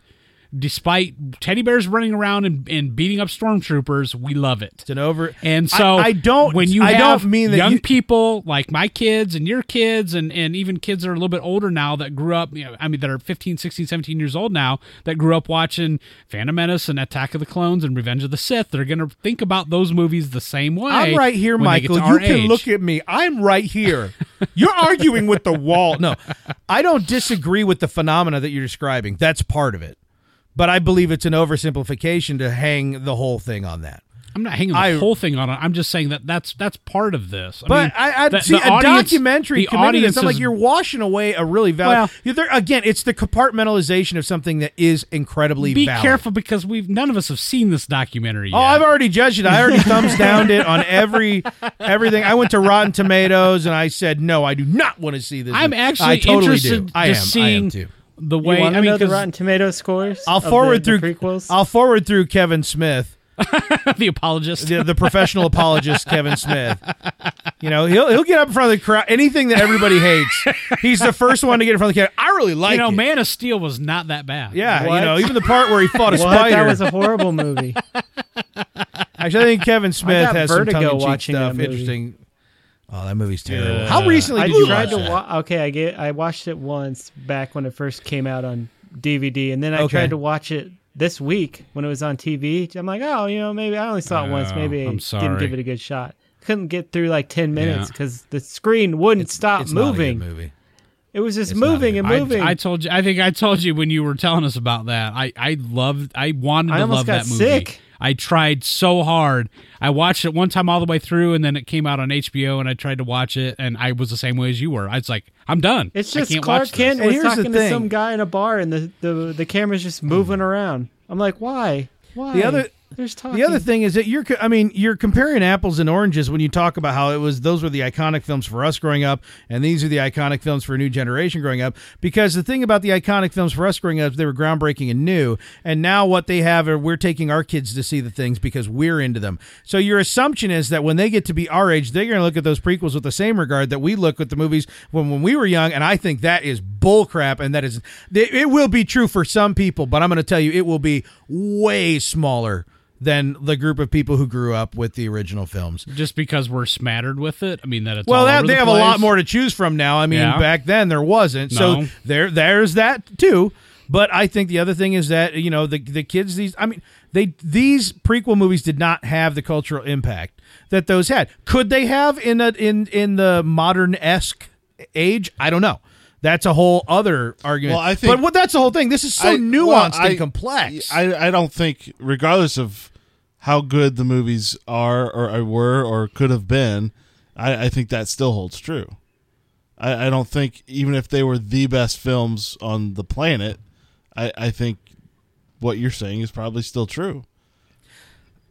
Despite teddy bears running around and, and beating up stormtroopers, we love it.
It's an over.
And so
I, I don't.
When you
I
have
don't mean that
young
you,
people like my kids and your kids and and even kids that are a little bit older now that grew up, you know, I mean, that are 15, 16, 17 years old now that grew up watching Phantom Menace and Attack of the Clones and Revenge of the Sith, they're gonna think about those movies the same way.
I'm right here,
when they get
Michael.
to
You
our
can
age.
look at me. I'm right here. You're arguing with the wall. No, I don't disagree with the phenomena that you're describing. That's part of it. But I believe it's an oversimplification to hang the whole thing on that.
I'm not hanging the
I-
whole thing on it. I'm just saying that that's that's part of this. I
But
mean,
I, I
the-
see
the
a
audience-
documentary
the
committed to
audience
something like
is-
you're washing away a really
Well-
valid. You're there, again, it's the compartmentalization of something that is incredibly
be
valid.
careful because we've none of us have seen this documentary.
Oh,
yet.
I've already judged it. I already thumbs downed it on every everything. I went to Rotten Tomatoes and I said, no, I do not want to see this.
I'm
movie."
actually
I totally
interested
do. I
to
am. I
seeing
am too.
the
You
way.
want to
I mean,
know the
'cause
Rotten Tomato scores?
I'll
of the-
forward
the
through
prequels.
I'll forward through Kevin Smith,
the apologist.
the, the professional apologist Kevin Smith. You know, he'll he'll get up in front of the crowd. Anything that everybody hates, he's the first one to get in front of the crowd. I really like
you know,
it.
Man of Steel was not that bad.
Yeah,
What?
you know, even the part where he fought a
what?
spider.
That was a horrible movie.
Actually, I think Kevin Smith
got
has some
vertigo
tongue-in-cheek
watching that
stuff.
movie.
Interesting.
Oh, that movie's terrible.
How recently
I
did you
tried
watch
to
that?
wa- okay, I get I watched it once back when it first came out on DVD and then I
Okay.
tried to watch it this week when it was on TV. I'm like, "Oh, you know, maybe I only saw it once,
Oh,
maybe
I'm
I
sorry.
didn't give it a good shot." Couldn't get through like 10 minutes cuz the screen wouldn't stop
It's not a good
moving.
movie.
It was just
It's not a
moving
good
and
I,
moving.
I told you. I think I told you when you were telling us about that. I I loved. I wanted
I
to
almost
love
got
that movie.
sick.
I tried so hard. I watched it one time all the way through, and then it came out on HBO, and I tried to watch it, and I was the same way as you were. I was like, I'm done.
It's
I
just
can't
Clark
watch this.
Kent
And
was
here's the
talking to
thing.
some guy in a bar, and the the, the camera's just
Hmm.
moving around. I'm like, why? Why?
other-
there's talking.
The other thing is that you're, co- I mean, you're comparing apples and oranges when you talk about how it was, those were the iconic films for us growing up, and these are the iconic films for a new generation growing up. Because the thing about the iconic films for us growing up, is they were groundbreaking and new. And now what they have are we're taking our kids to see the things because we're into them. So your assumption is that when they get to be our age, they're going to look at those prequels with the same regard that we look at the movies when, when we were young. And I think that is bullcrap. And that is, it it will be true for some people, but I'm going to tell you, it will be way smaller than the group of people who grew up with the original films.
just because we're smattered with it. I mean that it's
Well,
all
that,
over
they
the
have a lot
place.
more to choose from now. I mean,
Yeah.
back then there wasn't,
No.
so there there's that too. But I think the other thing is that you know the the kids these I mean they these prequel movies did not have the cultural impact that those had. Could they have in a in in the modern esque age? I don't know. That's a whole other argument.
Well, I think-
but what, that's the whole thing. This is so
I-
nuanced
well, I-
and complex.
I, I don't think, regardless of how good the movies are or, or were or could have been, I, I think that still holds true. I, I don't think, even if they were the best films on the planet, I, I think what you're saying is probably still true.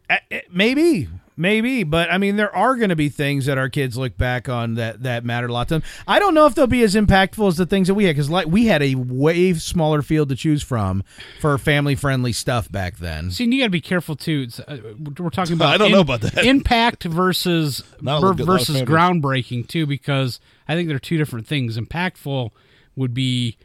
Uh, uh, maybe maybe but i mean there are going to be things that our kids look back on that that matter a lot to them i don't know if they'll be as impactful as the things that we had because like we had a way smaller field to choose from for family friendly stuff back then
See, and you got to be careful too. It's, uh, we're talking about
Mm-hmm. I don't know about that.
impact versus
Not a
ver-
good lot of
versus
families.
groundbreaking too, because I think they're two different things. Impactful would be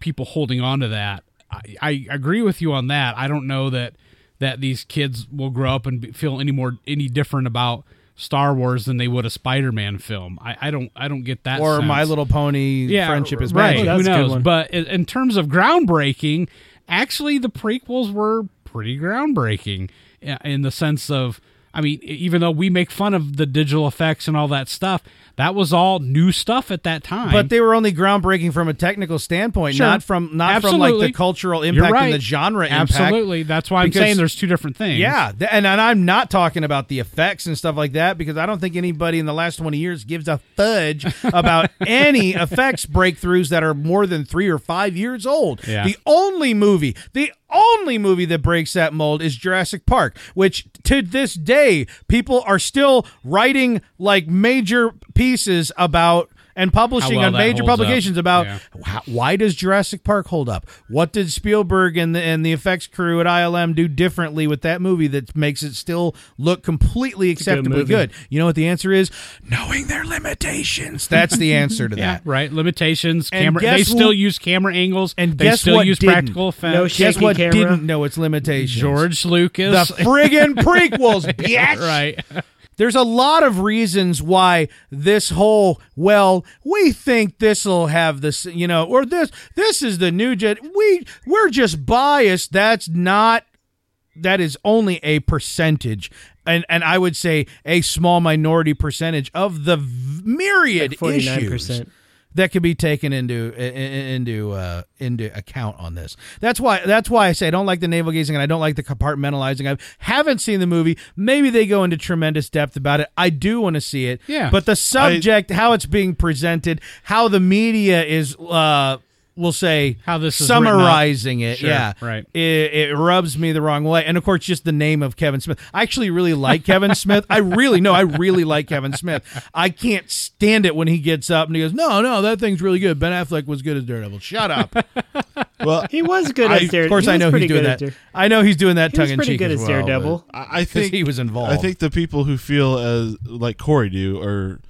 people holding on to that. I, I agree with you on that. I don't know that that these kids will grow up and be, feel any more any different about Star Wars than they would a Spider-Man film. I, I don't I don't get that.
or
sense
my little pony friendship is
right.
magic
Oh,
Who
that's a good
knows?
one.
But in, in terms of groundbreaking, actually, the prequels were pretty groundbreaking i- in the sense of, I mean, e- even though we make fun of the digital effects and all that stuff, that was all new stuff at that time.
but they were only groundbreaking from a technical standpoint
Sure.
not from not from like
Absolutely.
the cultural
You're
impact
right.
and the genre impact
Absolutely. That's why I'm
Because-
saying there's two different things.
Yeah, th- and, and I'm not talking about the effects and stuff like that because I don't think anybody in the last 20 years gives a fudge about any effects breakthroughs that are more than three or five years old.
Yeah.
The only movie, the only movie that breaks that mold is Jurassic Park, which to this day, people are still writing like major pieces about. And publishing
well
on
that
major
holds up.
publications about
Yeah.
how, why does Jurassic Park hold up? What did Spielberg and the, and the effects crew at ILM do differently with that movie that makes it still look completely acceptably
movie.
good? You know what the answer is? Knowing their limitations. That's the answer to
Yeah,
that.
right. Limitations.
And
Camera.
guess
They still
wh-
use camera angles.
and
they
guess
still
what
use
didn't?
practical effects.
No shit.
Guess
Shaky
what
camera.
didn't know its limitations?
George
The
Lucas.
friggin' prequels, bitch.
right.
There's a lot of reasons why this whole well, we think this'll have this, you know, or this this is the new jet. We we're just biased. That's not that is only a percentage. And and I would say a small minority percentage of the v- myriad issues
49%.
that could be taken into i- i- into uh, into account on this. That's why that's why I say I don't like the navel gazing and I don't like the compartmentalizing. I haven't seen the movie. Maybe they go into tremendous depth about it. I do want to see it.
Yeah.
But the subject, how it's being presented, how the media is. Uh, We'll say
How this is written up.
summarizing it,
Sure,
yeah,
right.
It, it rubs me the wrong way, and of course, just the name of Kevin Smith. I actually really like Kevin Smith. I really no, I really like Kevin Smith. I can't stand it when he gets up and he goes, "No, no, that thing's really good." Ben Affleck was good as Daredevil. Shut up.
Well,
He was good
I-
as Daredevil.
of course,
He
I
was
know
pretty
he's doing
good as
that.
Dare-
I know he's doing that
He was
tongue in
pretty
cheek
good
as
as
well,
Daredevil.
but-
I I
'cause
think
he was involved.
I think the people who feel as like Corey do are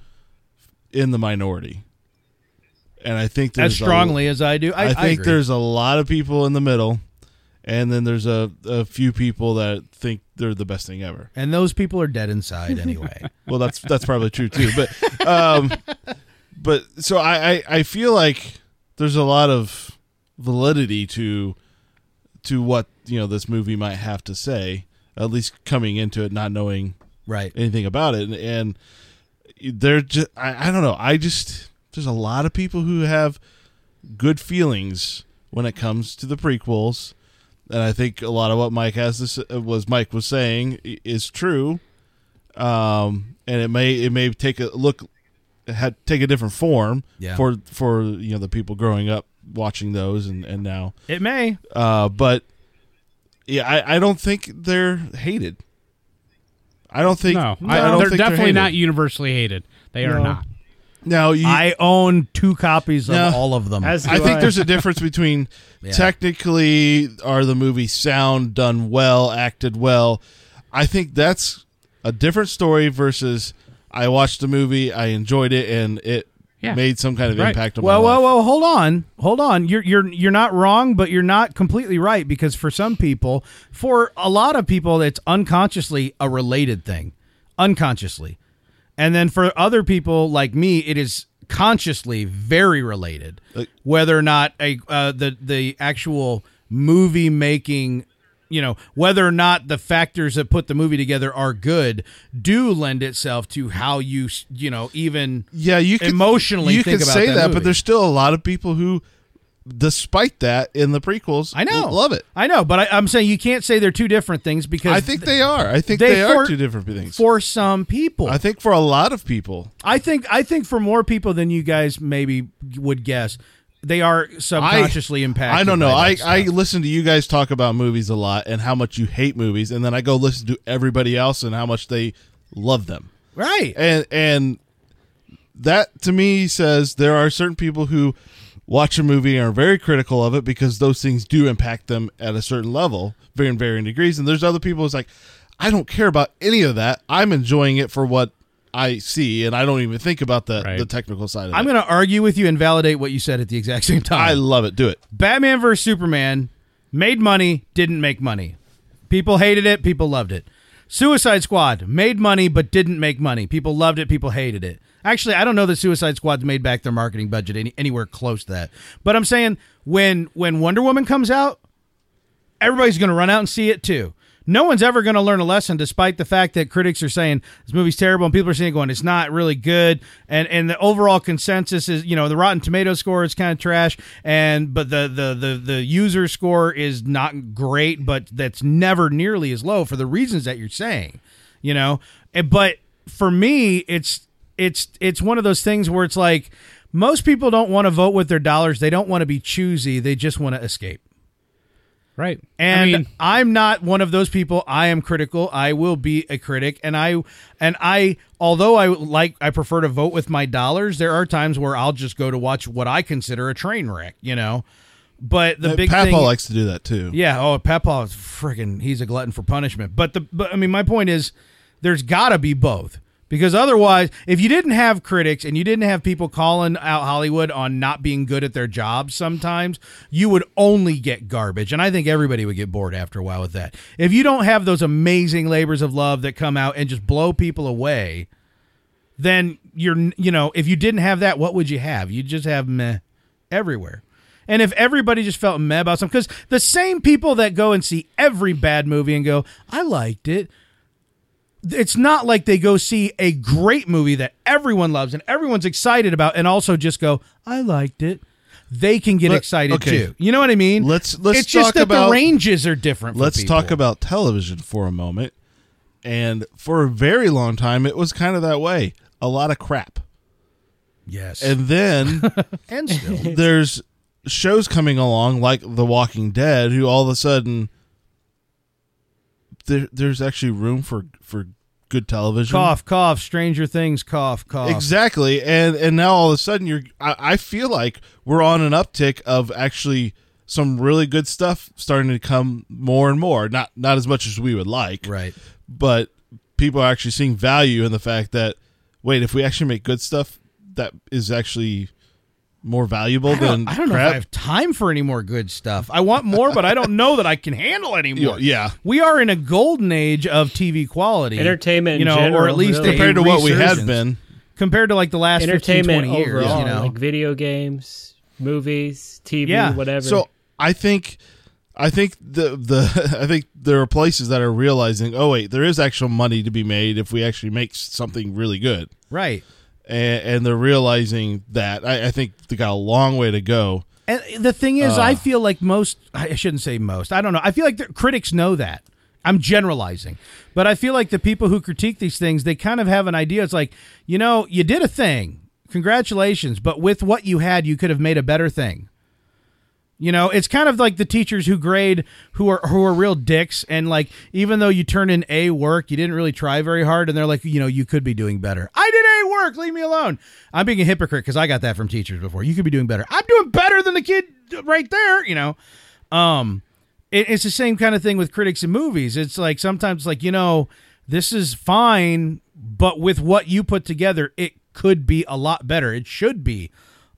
in the minority, and I think there's
as strongly as I do.
A,
I,
I, think
agree.
there's a lot of people in the middle, and then there's a, a few people that think they're the best thing ever.
and those people are dead inside anyway.
Well, that's that's probably true too. But um, but so I, I I feel like there's a lot of validity to to what you know this movie might have to say. At least coming into it, not knowing
right.
anything about it and, and they're just I, I don't know i just there's a lot of people who have good feelings when it comes to the prequels and i think a lot of what mike has this was mike was saying i- is true um and it may it may take a look had take a different form
Yeah.
for for you know the people growing up watching those and and now
It may.
uh, but yeah, I, I don't think they're hated. I don't think.
No,
I, don't
they're
think
definitely
hated.
not universally hated. They are
No.
not.
Now, you,
I
I,
own two copies of
No.
all of them.
As do
think there's a difference between technically are the movie sound done well, acted well. I think that's a different story versus I watched the movie, I enjoyed it, and it
Yeah.
made some kind of
Right.
impact on
Well,
my life.
well, well. Hold on, hold on. You're you're you're not wrong, but you're not completely right because for some people, for a lot of people, it's unconsciously a related thing, unconsciously, and then for other people like me, it is consciously very related. uh, Whether or not a uh, the the actual movie making you know whether or not the factors that put the movie together are good do lend itself to how you s- you know even
Yeah, you can
emotionally
You
think
can
about
say
that
that, but
movie.
there's still a lot of people who, despite that, in the prequels,
I know
love it.
I know, but I, I'm saying you can't say they're two different things because
I think they are. I think
they
they, are
for-
two different things.
for some people
I think for a lot of people,
I think I think for more people than you guys maybe would guess, they are subconsciously impacted.
I don't know.
by
I,
that
I
stuff.
listen to you guys talk about movies a lot and how much you hate movies, and then I go listen to everybody else and how much they love them.
right.
And and that to me says there are certain people who watch a movie and are very critical of it because those things do impact them at a certain level, very in varying degrees. And there's other people who's like, I don't care about any of that. I'm enjoying it for what I see, and I don't even think about the
Right.
the technical side of
I'm
it.
going to argue with you and validate what you said at the exact same time.
I love it. Do it.
Batman vs Superman made money, didn't make money. People hated it, people loved it. Suicide Squad made money but didn't make money. People loved it, people hated it. Actually, I don't know that Suicide Squad made back their marketing budget any, anywhere close to that. But I'm saying when when Wonder Woman comes out, everybody's going to run out and see it too. No one's ever going to learn a lesson, despite the fact that critics are saying this movie's terrible and people are seeing it going, it's not really good. And and the overall consensus is, you know, the Rotten Tomato score is kind of trash, and but the the the the user score is not great, but that's never nearly as low for the reasons that you're saying, you know. And- But for me, it's it's it's one of those things where it's like most people don't want to vote with their dollars; they don't want to be choosy; they just want to escape.
right.
And
I mean,
I'm not one of those people. I am critical. I will be a critic. And I and I although I like I prefer to vote with my dollars, there are times where I'll just go to watch what I consider a train wreck, you know. But the
Uh,
big
Papa
thing
likes to do that too.
yeah. Oh, Papaw is freaking. He's a glutton for punishment. But the. But I mean, my point is, there's got to be both because otherwise, if you didn't have critics and you didn't have people calling out Hollywood on not being good at their jobs, sometimes you would only get garbage. And I think everybody would get bored after a while with that. If you don't have those amazing labors of love that come out and just blow people away, then you're you know if you didn't have that what would you have you'd just have meh everywhere and if everybody just felt meh about something because the same people that go and see every bad movie and go i liked it it's not like they go see a great movie that everyone loves and everyone's excited about and also just go i liked it they can get
Let-
excited
okay.
too you know what i mean
Let's- let's
it's just
talk
that
about-
the ranges are different for
Let's
people.
talk about television for a moment. And for a very long time, it was kind of that way. A lot of crap.
Yes.
And then
and still
there's shows coming along like The Walking Dead, who all of a sudden there, there's actually room for for good television.
cough cough stranger things cough cough
Exactly. And and now all of a sudden you're I, I feel like we're on an uptick of actually some really good stuff starting to come more and more. Not not as much as we would like.
right.
but people are actually seeing value in the fact that wait, if we actually make good stuff, that is actually more valuable
I don't,
than
I don't know if
crap.
I have time for any more good stuff. I want more, but I don't know that I can handle anymore.
Yeah, yeah.
we are in a golden age of TV quality,
Entertainment in
you know, or at
general,
least
really.
a
compared to what we had
resurgence.
been.
compared to like the last 15,
entertainment
20 years.
overall,
You know,
like video games, movies, TV,
Yeah.
whatever.
So I think I think the the I think there are places that are realizing, oh wait, there is actual money to be made if we actually make something really good.
right?
And, and they're realizing that I, I think they got a long way to go.
And the thing is, I feel like most, I shouldn't say most, I don't know. I feel like the critics know that. I'm generalizing, but I feel like the people who critique these things, they kind of have an idea. It's like, you know, you did a thing. Congratulations. But with what you had, you could have made a better thing. You know, it's kind of like the teachers who grade who are who are real dicks and like even though you turn in A work, you didn't really try very hard and they're like, you know, you could be doing better. I did A work, leave me alone. I'm being a hypocrite cuz I got that from teachers before. You could be doing better. I'm doing better than the kid right there, you know. Um it, it's the same kind of thing with critics and movies. It's like sometimes like, you know, this is fine, but with what you put together, it could be a lot better. It should be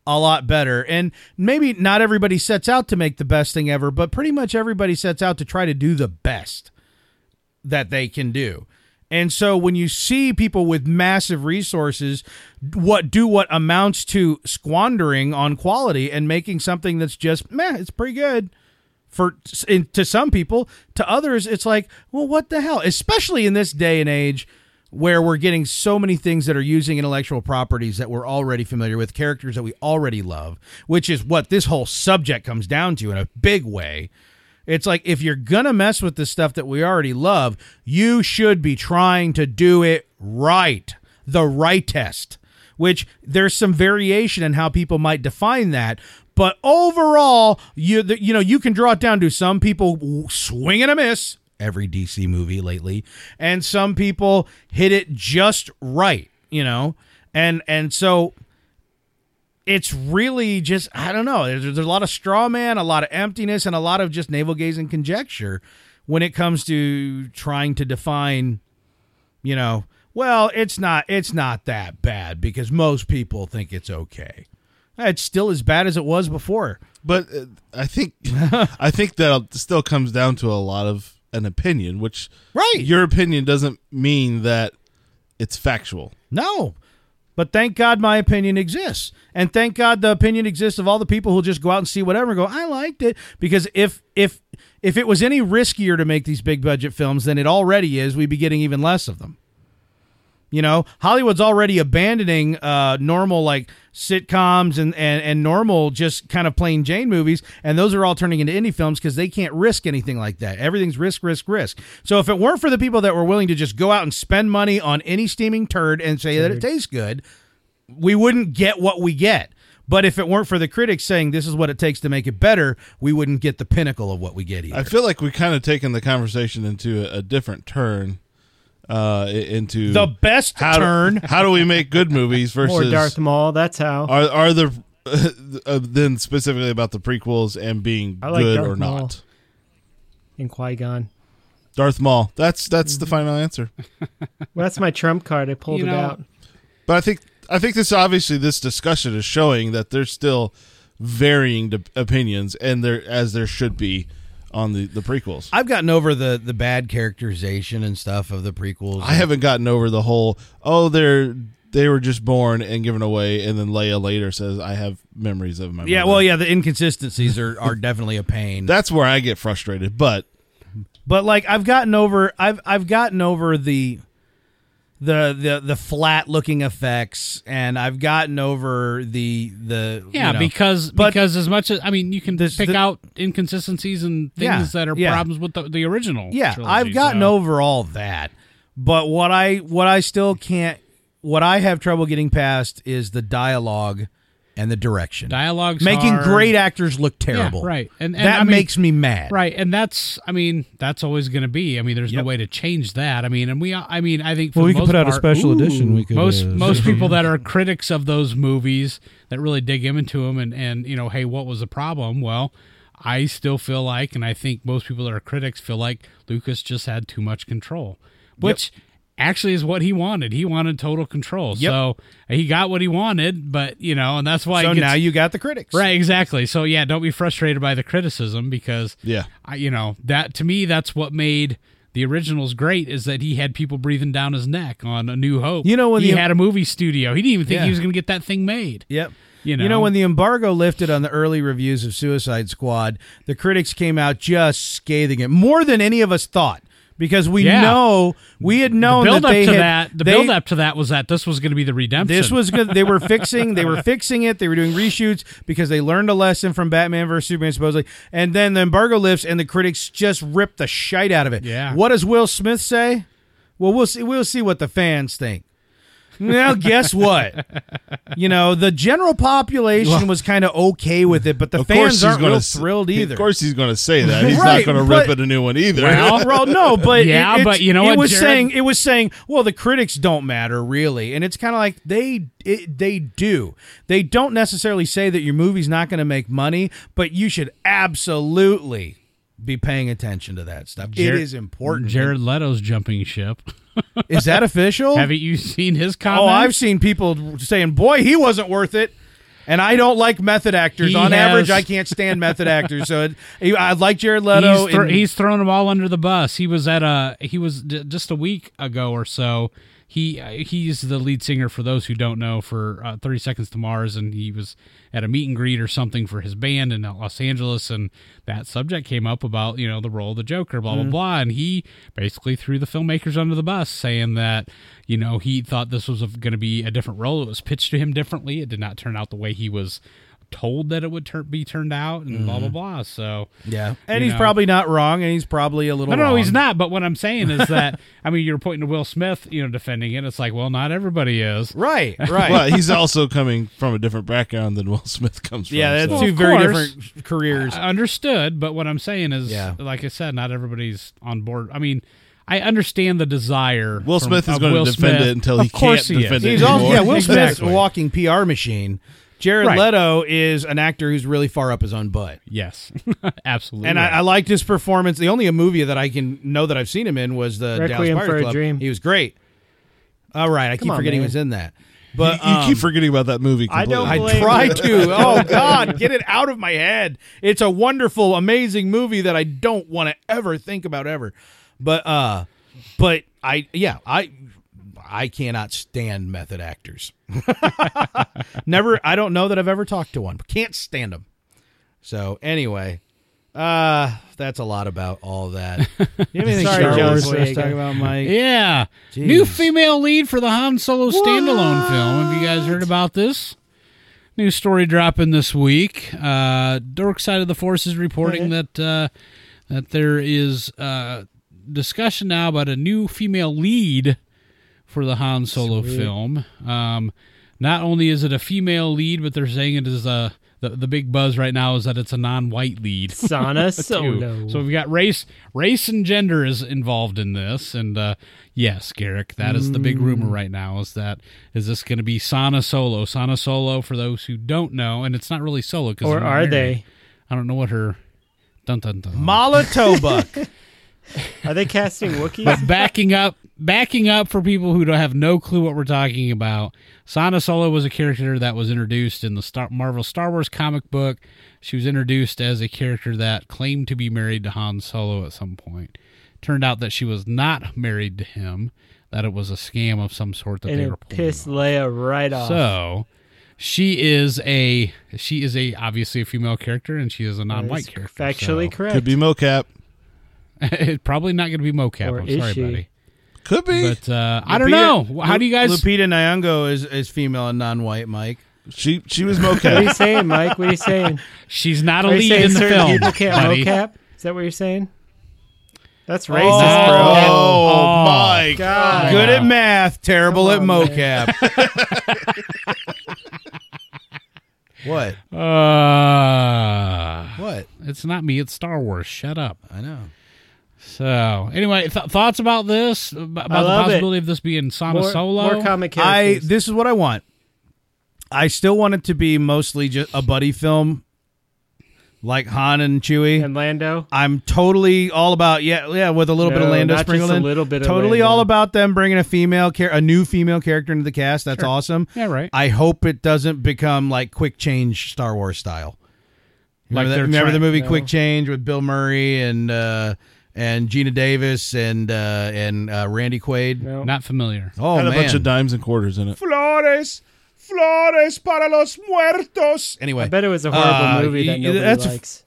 a lot better. And maybe not everybody sets out to make the best thing ever, but pretty much everybody sets out to try to do the best that they can do. And so when you see people with massive resources what do what amounts to squandering on quality and making something that's just meh, it's pretty good for in, to some people to others it's like well what the hell especially in this day and age where we're getting so many things that are using intellectual properties that we're already familiar with characters that we already love which is what this whole subject comes down to in a big way it's like if you're gonna mess with the stuff that we already love you should be trying to do it right the right test which there's some variation in how people might define that. But overall, you the, you know you can draw it down to some people w- swing and a miss every DC movie lately, and some people hit it just right, you know, and and so it's really just I don't know. There's, there's a lot of straw man, a lot of emptiness, and a lot of just navel gazing conjecture when it comes to trying to define, you know, well, it's not it's not that bad because most people think it's okay. It's still as bad as it was before.
But uh, I think I think that still comes down to a lot of an opinion, which
Right.
your opinion doesn't mean that it's factual.
No. But thank God my opinion exists. And thank God the opinion exists of all the people who'll just go out and see whatever and go, I liked it. Because if if if it was any riskier to make these big budget films than it already is, we'd be getting even less of them. You know, Hollywood's already abandoning uh, normal like sitcoms and, and, and normal just kind of plain Jane movies, and those are all turning into indie films because they can't risk anything like that. Everything's risk, risk, risk. So if it weren't for the people that were willing to just go out and spend money on any steaming turd and say that it tastes good, we wouldn't get what we get. But if it weren't for the critics saying this is what it takes to make it better, we wouldn't get the pinnacle of what we get either.
I feel like we kind of taken the conversation into a, a different turn, uh, i- into
the best
how,
turn.
How do we make good movies versus
More Darth Maul. That's how.
are are the uh, then specifically about the prequels and being
I like
good
Darth
or
Maul.
not?
in Qui Gon.
Darth Maul. That's that's
Mm-hmm.
the final answer.
Well, that's my trump card. I pulled
You
it
know-
out.
But I think I think this obviously this discussion is showing that there's still varying d- opinions and there as there should be on the the prequels.
I've gotten over the the bad characterization and stuff of the prequels.
I haven't gotten over the whole oh they're they were just born and given away and then Leia later says I have memories of my
Yeah,
mother."
well, yeah, the inconsistencies.
These are, are definitely a pain.
That's where I get frustrated, but
but like I've gotten over I've I've gotten over the the the the flat looking effects and I've gotten over the the
Yeah,
you know,
because
but-
because as much as I mean, you can
This-
pick
the-
out inconsistencies and things
Yeah,
that are
yeah.
problems with the, the original.
yeah
trilogy,
I've gotten
so.
over all that but what I what I still can't what I have trouble getting past is the dialogue and the direction
dialogues,
making
hard.
great actors look terrible
right. And- and
that
I mean-
makes me mad
Right, and that's I mean that's always going to be. I mean, there's no way to change that. I mean, and we I mean I think for
Well,
the
we could
most
put out a
part-
special edition. We could,
most
uh,
most people that are critics of those movies that really dig into them and and you know hey what was the problem? Well, I still feel like, and I think most people that are critics feel like Lucas just had too much control, which. Actually, is what he wanted. He wanted total control,
Yep.
so he got what he wanted. But you know, and that's why
so
he gets-
now you got the critics
Right, exactly. So yeah, don't be frustrated by the criticism because
Yeah.
I, you know that to me that's what made the originals great is that he had people breathing down his neck on A New Hope.
You know, when
he
the-
had a movie studio, he didn't even think
Yeah.
he was going to get that thing made.
Yep.
You know?
when the embargo lifted on the early reviews of Suicide Squad, the critics came out just scathing it more than any of us thought because we
Yeah.
know we had known
build
that
up
they
to
had,
that, the
they-
build up to that was that this was going to be the redemption.
This was good. They were fixing. They were fixing it. They were doing reshoots because they learned a lesson from Batman versus Superman, supposedly. And then the embargo lifts, and the critics just rip the shite out of it.
Yeah.
What does Will Smith say? Well, we'll see. We'll see what the fans think. Now, guess what? You know, the general population was kind of okay with it, but the
of course
fans
he's
aren't
gonna
real
s-
thrilled either.
Of course he's going to say that. He's
Right,
not going to
but-
rip it a new one either.
well, no, but
Yeah,
it- it's-
but you know
it
what,
was
Jared?
saying it was saying, well, the critics don't matter really, and it's kind of like they it, they do. They don't necessarily say that your movie's not going to make money, but you should absolutely be paying attention to that stuff.
Jared-
it is important.
Jared Leto's jumping ship.
is that official?
Haven't you seen his comments?
oh, I've seen people saying, "Boy, he wasn't worth it." And I don't like method actors.
He
On
has-
average, I can't stand method actors. So it, I like Jared Leto.
he's, thro-
and-
he's thrown them all under the bus. He was at a he was d- just a week ago or so he uh, he's the lead singer for those who don't know for uh, 30 seconds to mars and he was at a meet and greet or something for his band in uh, los angeles and that subject came up about you know the role of the joker blah blah blah and he basically threw the filmmakers under the bus saying that you know he thought this was going to be a different role it was pitched to him differently it did not turn out the way he was told that it would tur- be turned out and blah blah blah so
Yeah.
And
You
he's
know.
probably not wrong, and he's probably a little.
no, no,
wrong.
he's not. But what I'm saying is that I mean, you're pointing to Will Smith, you know, defending it. It's like, well, not everybody is.
Right, right.
Well, he's also coming from a different background than Will Smith comes from.
yeah, that's
so- Uh,
Well,
two
of
very
course.
different careers.
I understood, but what I'm saying is,
Yeah.
like I said, not everybody's on board. I mean, I understand the desire.
Will
from-
Smith is
of
going
Will
to defend
Smith.
it until he
Of course
can't
he
defend
is.
it
He's also,
anymore.
yeah, Will Smith's
Exactly.
a walking PR machine. Jared
Right.
Leto is an actor who's really far up his own butt.
Yes, absolutely.
And I, I liked his performance. The only movie that I can know that I've seen him in was the Dallas
Requiem
Buyers
for a
Club.
Dream.
He was great. All right, I keep
on,
forgetting
man.
he was in that. But
you, you
um,
keep forgetting about that movie.
I
Completely.
don't. I
I,
blame
try to. Oh God, get it out of my head. It's a wonderful, amazing movie that I don't want to ever think about ever. But uh, but I yeah I I cannot stand method actors. Never. I don't know that I've ever talked to one. Can't stand them. So anyway, uh, that's a lot about all that. You have anything
Sorry,
Star
John,
Wars
for
for us to
Sega.
talk about, Mike?
yeah, new
Jeez.
female lead for the Han Solo standalone film. Have you guys heard about this? New story dropping this week. Uh, Dark Side of the Force is reporting that uh, that there is uh, discussion now about a new female lead for the Han Solo film. Um, not only is it a female lead, but they're saying it is a the, the big buzz right now is that it's a non-white lead.
Sana
too.
Solo.
So we've got race, race and gender is involved in this, and uh, yes, Garrick, that is the big
Mm.
rumor right now. Is that is this going to be Sana Solo? Sana Solo, for those who don't know, and it's not really Solo because
or are they?
I don't know what her. Dun dun dun.
Mala Toba.
Are they casting Wookiees?
but backing up, backing up for people who don't have no clue what we're talking about. Sana Solo was a character that was introduced in the Star- Marvel Star Wars comic book. She was introduced as a character that claimed to be married to Han Solo at some point. Turned out that she was not married to him. That it was a scam of some sort that
and
they were
it
pulling.
pissed Leia right off.
So she is a she is a obviously a female character and she is a
That
non-white
is
character.
Factually
so-
correct.
could be mocap.
it's probably not going to be mocap.
Or
I'm
is
sorry,
she?
buddy.
Could be.
But uh, I don't know. How do you guys?
Lupita Nyong'o is is female and non-white. Mike.
she she was
What are you
mocap.
saying, Mike? What are you saying?
She's not a
Are you
lead
saying
in the
certain
film.
people can't
buddy.
mocap? Is that what you're saying? That's racist, bro.
oh,
Oh.
my
God.
Good at math, terrible at
Come on,
mocap.
What?
oh,
Uh,
What?
it's not me. It's Star Wars. Shut up.
I know.
So anyway, th- thoughts about this? Ab- About the
love it.
possibility of this being Sama
More,
Solo?
more comic
I
characters.
this is what I want. I still want it to be mostly just a buddy film, like Han and Chewie.
and Lando.
I'm totally all about yeah yeah with a little bit of
No,
Lando
not just
sprinkled
a
in.
little bit of
totally
Lando.
all about them bringing a female char- a new female character into the cast. That's awesome.
Yeah, right.
I hope it doesn't become like quick change Star Wars style.
Like
Remember, that-
they're
remember the
trying-
movie
no.
Quick Change with Bill Murray and uh, and Gina Davis and uh, and uh, Randy Quaid.
No.
Not familiar.
Oh
Had a
man,
bunch of dimes and quarters in it.
flores, flores para los muertos. Anyway,
I bet it was a horrible
Uh,
movie that
y-
nobody
that's a-
likes.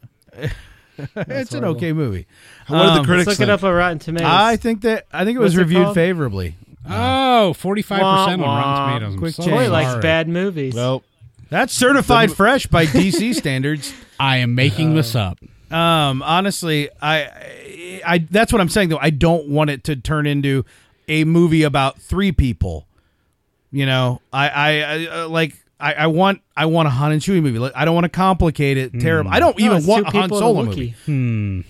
it's an
horrible.
okay movie.
What did
Um,
the critics
Let's look
think?
it up on Rotten Tomatoes.
I think that I think it was
What's it
reviewed
called?
favorably.
Oh, 45% on
Wah, wah.
Rotten Tomatoes. I'm
Quick
so
change.
Boy likes
sorry.
bad movies.
Well,
That's certified fresh by DC standards.
I am
Uh,
making this up.
Um, honestly, I, I that's what I'm saying though. I don't want it to turn into a movie about three people. You know, I, I, I uh, like. I, I want I want a Han and Chewie movie. Like, I don't want to complicate it. Terrible. I don't
No,
even
Hmm. Oh, it's
want
two
a Han
people and
Solo
Wookiee.
movie.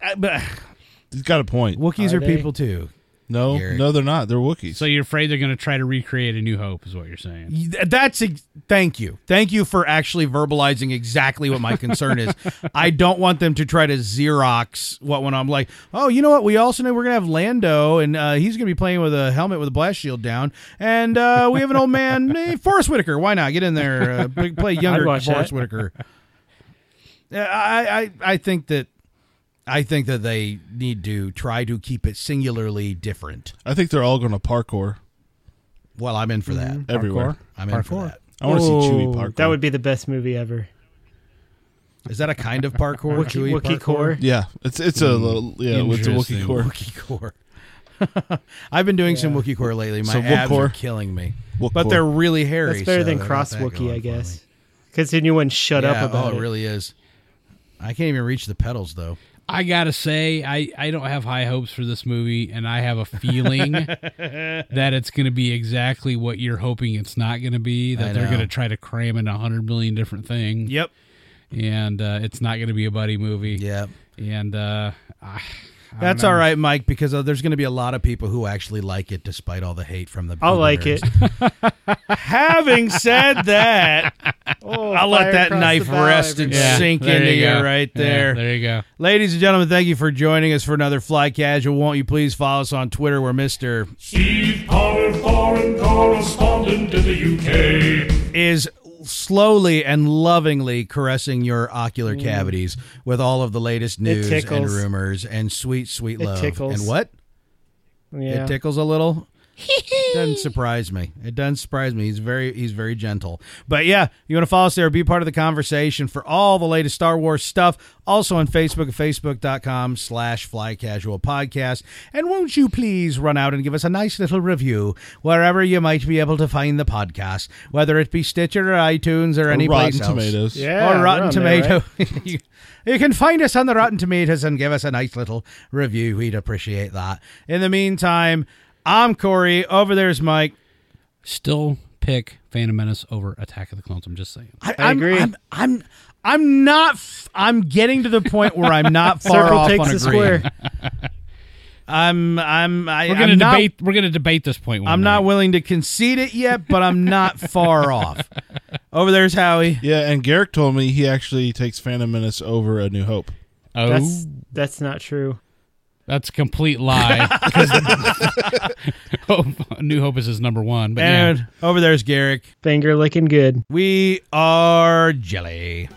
I, but,
he's got a point.
Wookiees
Are
are,
they?
people too.
No,
Garrick.
no, they're not. They're Wookiees.
So you're afraid they're going to try to recreate A New Hope, is what you're saying.
Y- That's ex- thank you, thank you for actually verbalizing exactly what my concern is. I don't want them to try to xerox what when I'm like, oh, you know what? We also know we're gonna have Lando, and uh, he's gonna be playing with a helmet with a blast shield down, and uh, we have an old man, eh, Forrest Whitaker. Why not get in there, uh, play play younger
watch
Forrest
that.
Whitaker? Yeah, I, I I think that
I think that they need to try to keep it singularly different.
I think they're all going to parkour
Well, I'm in for that.
Mm-hmm. everywhere.
I'm in for that.
I want to see Chewy
Oh,
parkour.
That would be the best movie ever.
Is that a kind of parkour?
Wookie,
Chewy
Wookie
parkour?
Core.
Yeah, it's it's a
Hmm.
little, yeah, it's a Wookiee
Interesting.
core.
Wookie core. I've been doing some Wookie core lately. My
So
abs
Wookcore.
are killing me,
Wook
but
core.
they're really hairy.
That's better
so
than
I got
Cross
that
Wookie,
going
I
for me.
guess. Because anyone shut
yeah,
up about
oh,
it.
it really is. I can't even reach the pedals though.
I gotta say, I, I don't have high hopes for this movie, and I have a feeling that it's gonna be exactly what you're hoping it's not gonna be. That
I
they're
know.
gonna try to cram in a hundred million different things,
Yep.
and uh, it's not gonna be a buddy movie.
Yeah,
And uh, I, I
that's
don't
all
know.
right, Mike, because uh, there's going to be a lot of people who actually like it, despite all the hate from the.
I'll like it.
Having said that,
Oh,
I'll
fire
let that
across
knife
the bow,
rest and
everybody.
Yeah,
sink
there
into you,
go.
right
Yeah,
there.
there you go.
Ladies and gentlemen, thank you for joining us for another Fly Casual. Won't you please follow us on Twitter? We're Mister
Steve Potter, foreign correspondent in the UK.
is slowly and lovingly caressing your ocular cavities with all of the latest news and
Mm. tickles.
rumors and sweet, sweet
It
love.
tickles.
And what?
Yeah.
It tickles a little. doesn't surprise me. It doesn't surprise me. He's very he's very gentle. But yeah, you want to follow us there, be part of the conversation for all the latest Star Wars stuff. Also on Facebook at Facebook.com slash fly casual podcast. And won't you please run out and give us a nice little review wherever you might be able to find the podcast, whether it be Stitcher or iTunes or, any
Rotten
place else.
Tomatoes.
Yeah,
or Oh, Rotten
we're on there, right?
Tomato. you, you can find us on the Rotten Tomatoes and give us a nice little review. We'd appreciate that. In the meantime, I'm Corey. Over there's Mike.
Still pick Phantom Menace over Attack of the Clones. I'm just saying.
I,
I
I'm-
agree.
I'm, I'm, I'm not. F- I'm getting to the point where I'm not far
Circle
off
takes
on
the
agreeing.
square.
I'm. I'm. I,
We're gonna
I'm not-
debate. we're gonna debate this point. One
I'm
night.
not willing to concede it yet, but I'm not far off. Over there's Howie.
Yeah, and Garrick told me he actually takes Phantom Menace over A New Hope.
Oh,
That's that's not true.
That's a complete lie. 'Cause- Hope- New Hope is his number one. But yeah.
And over there's Garrick.
Finger looking good.
We are jelly.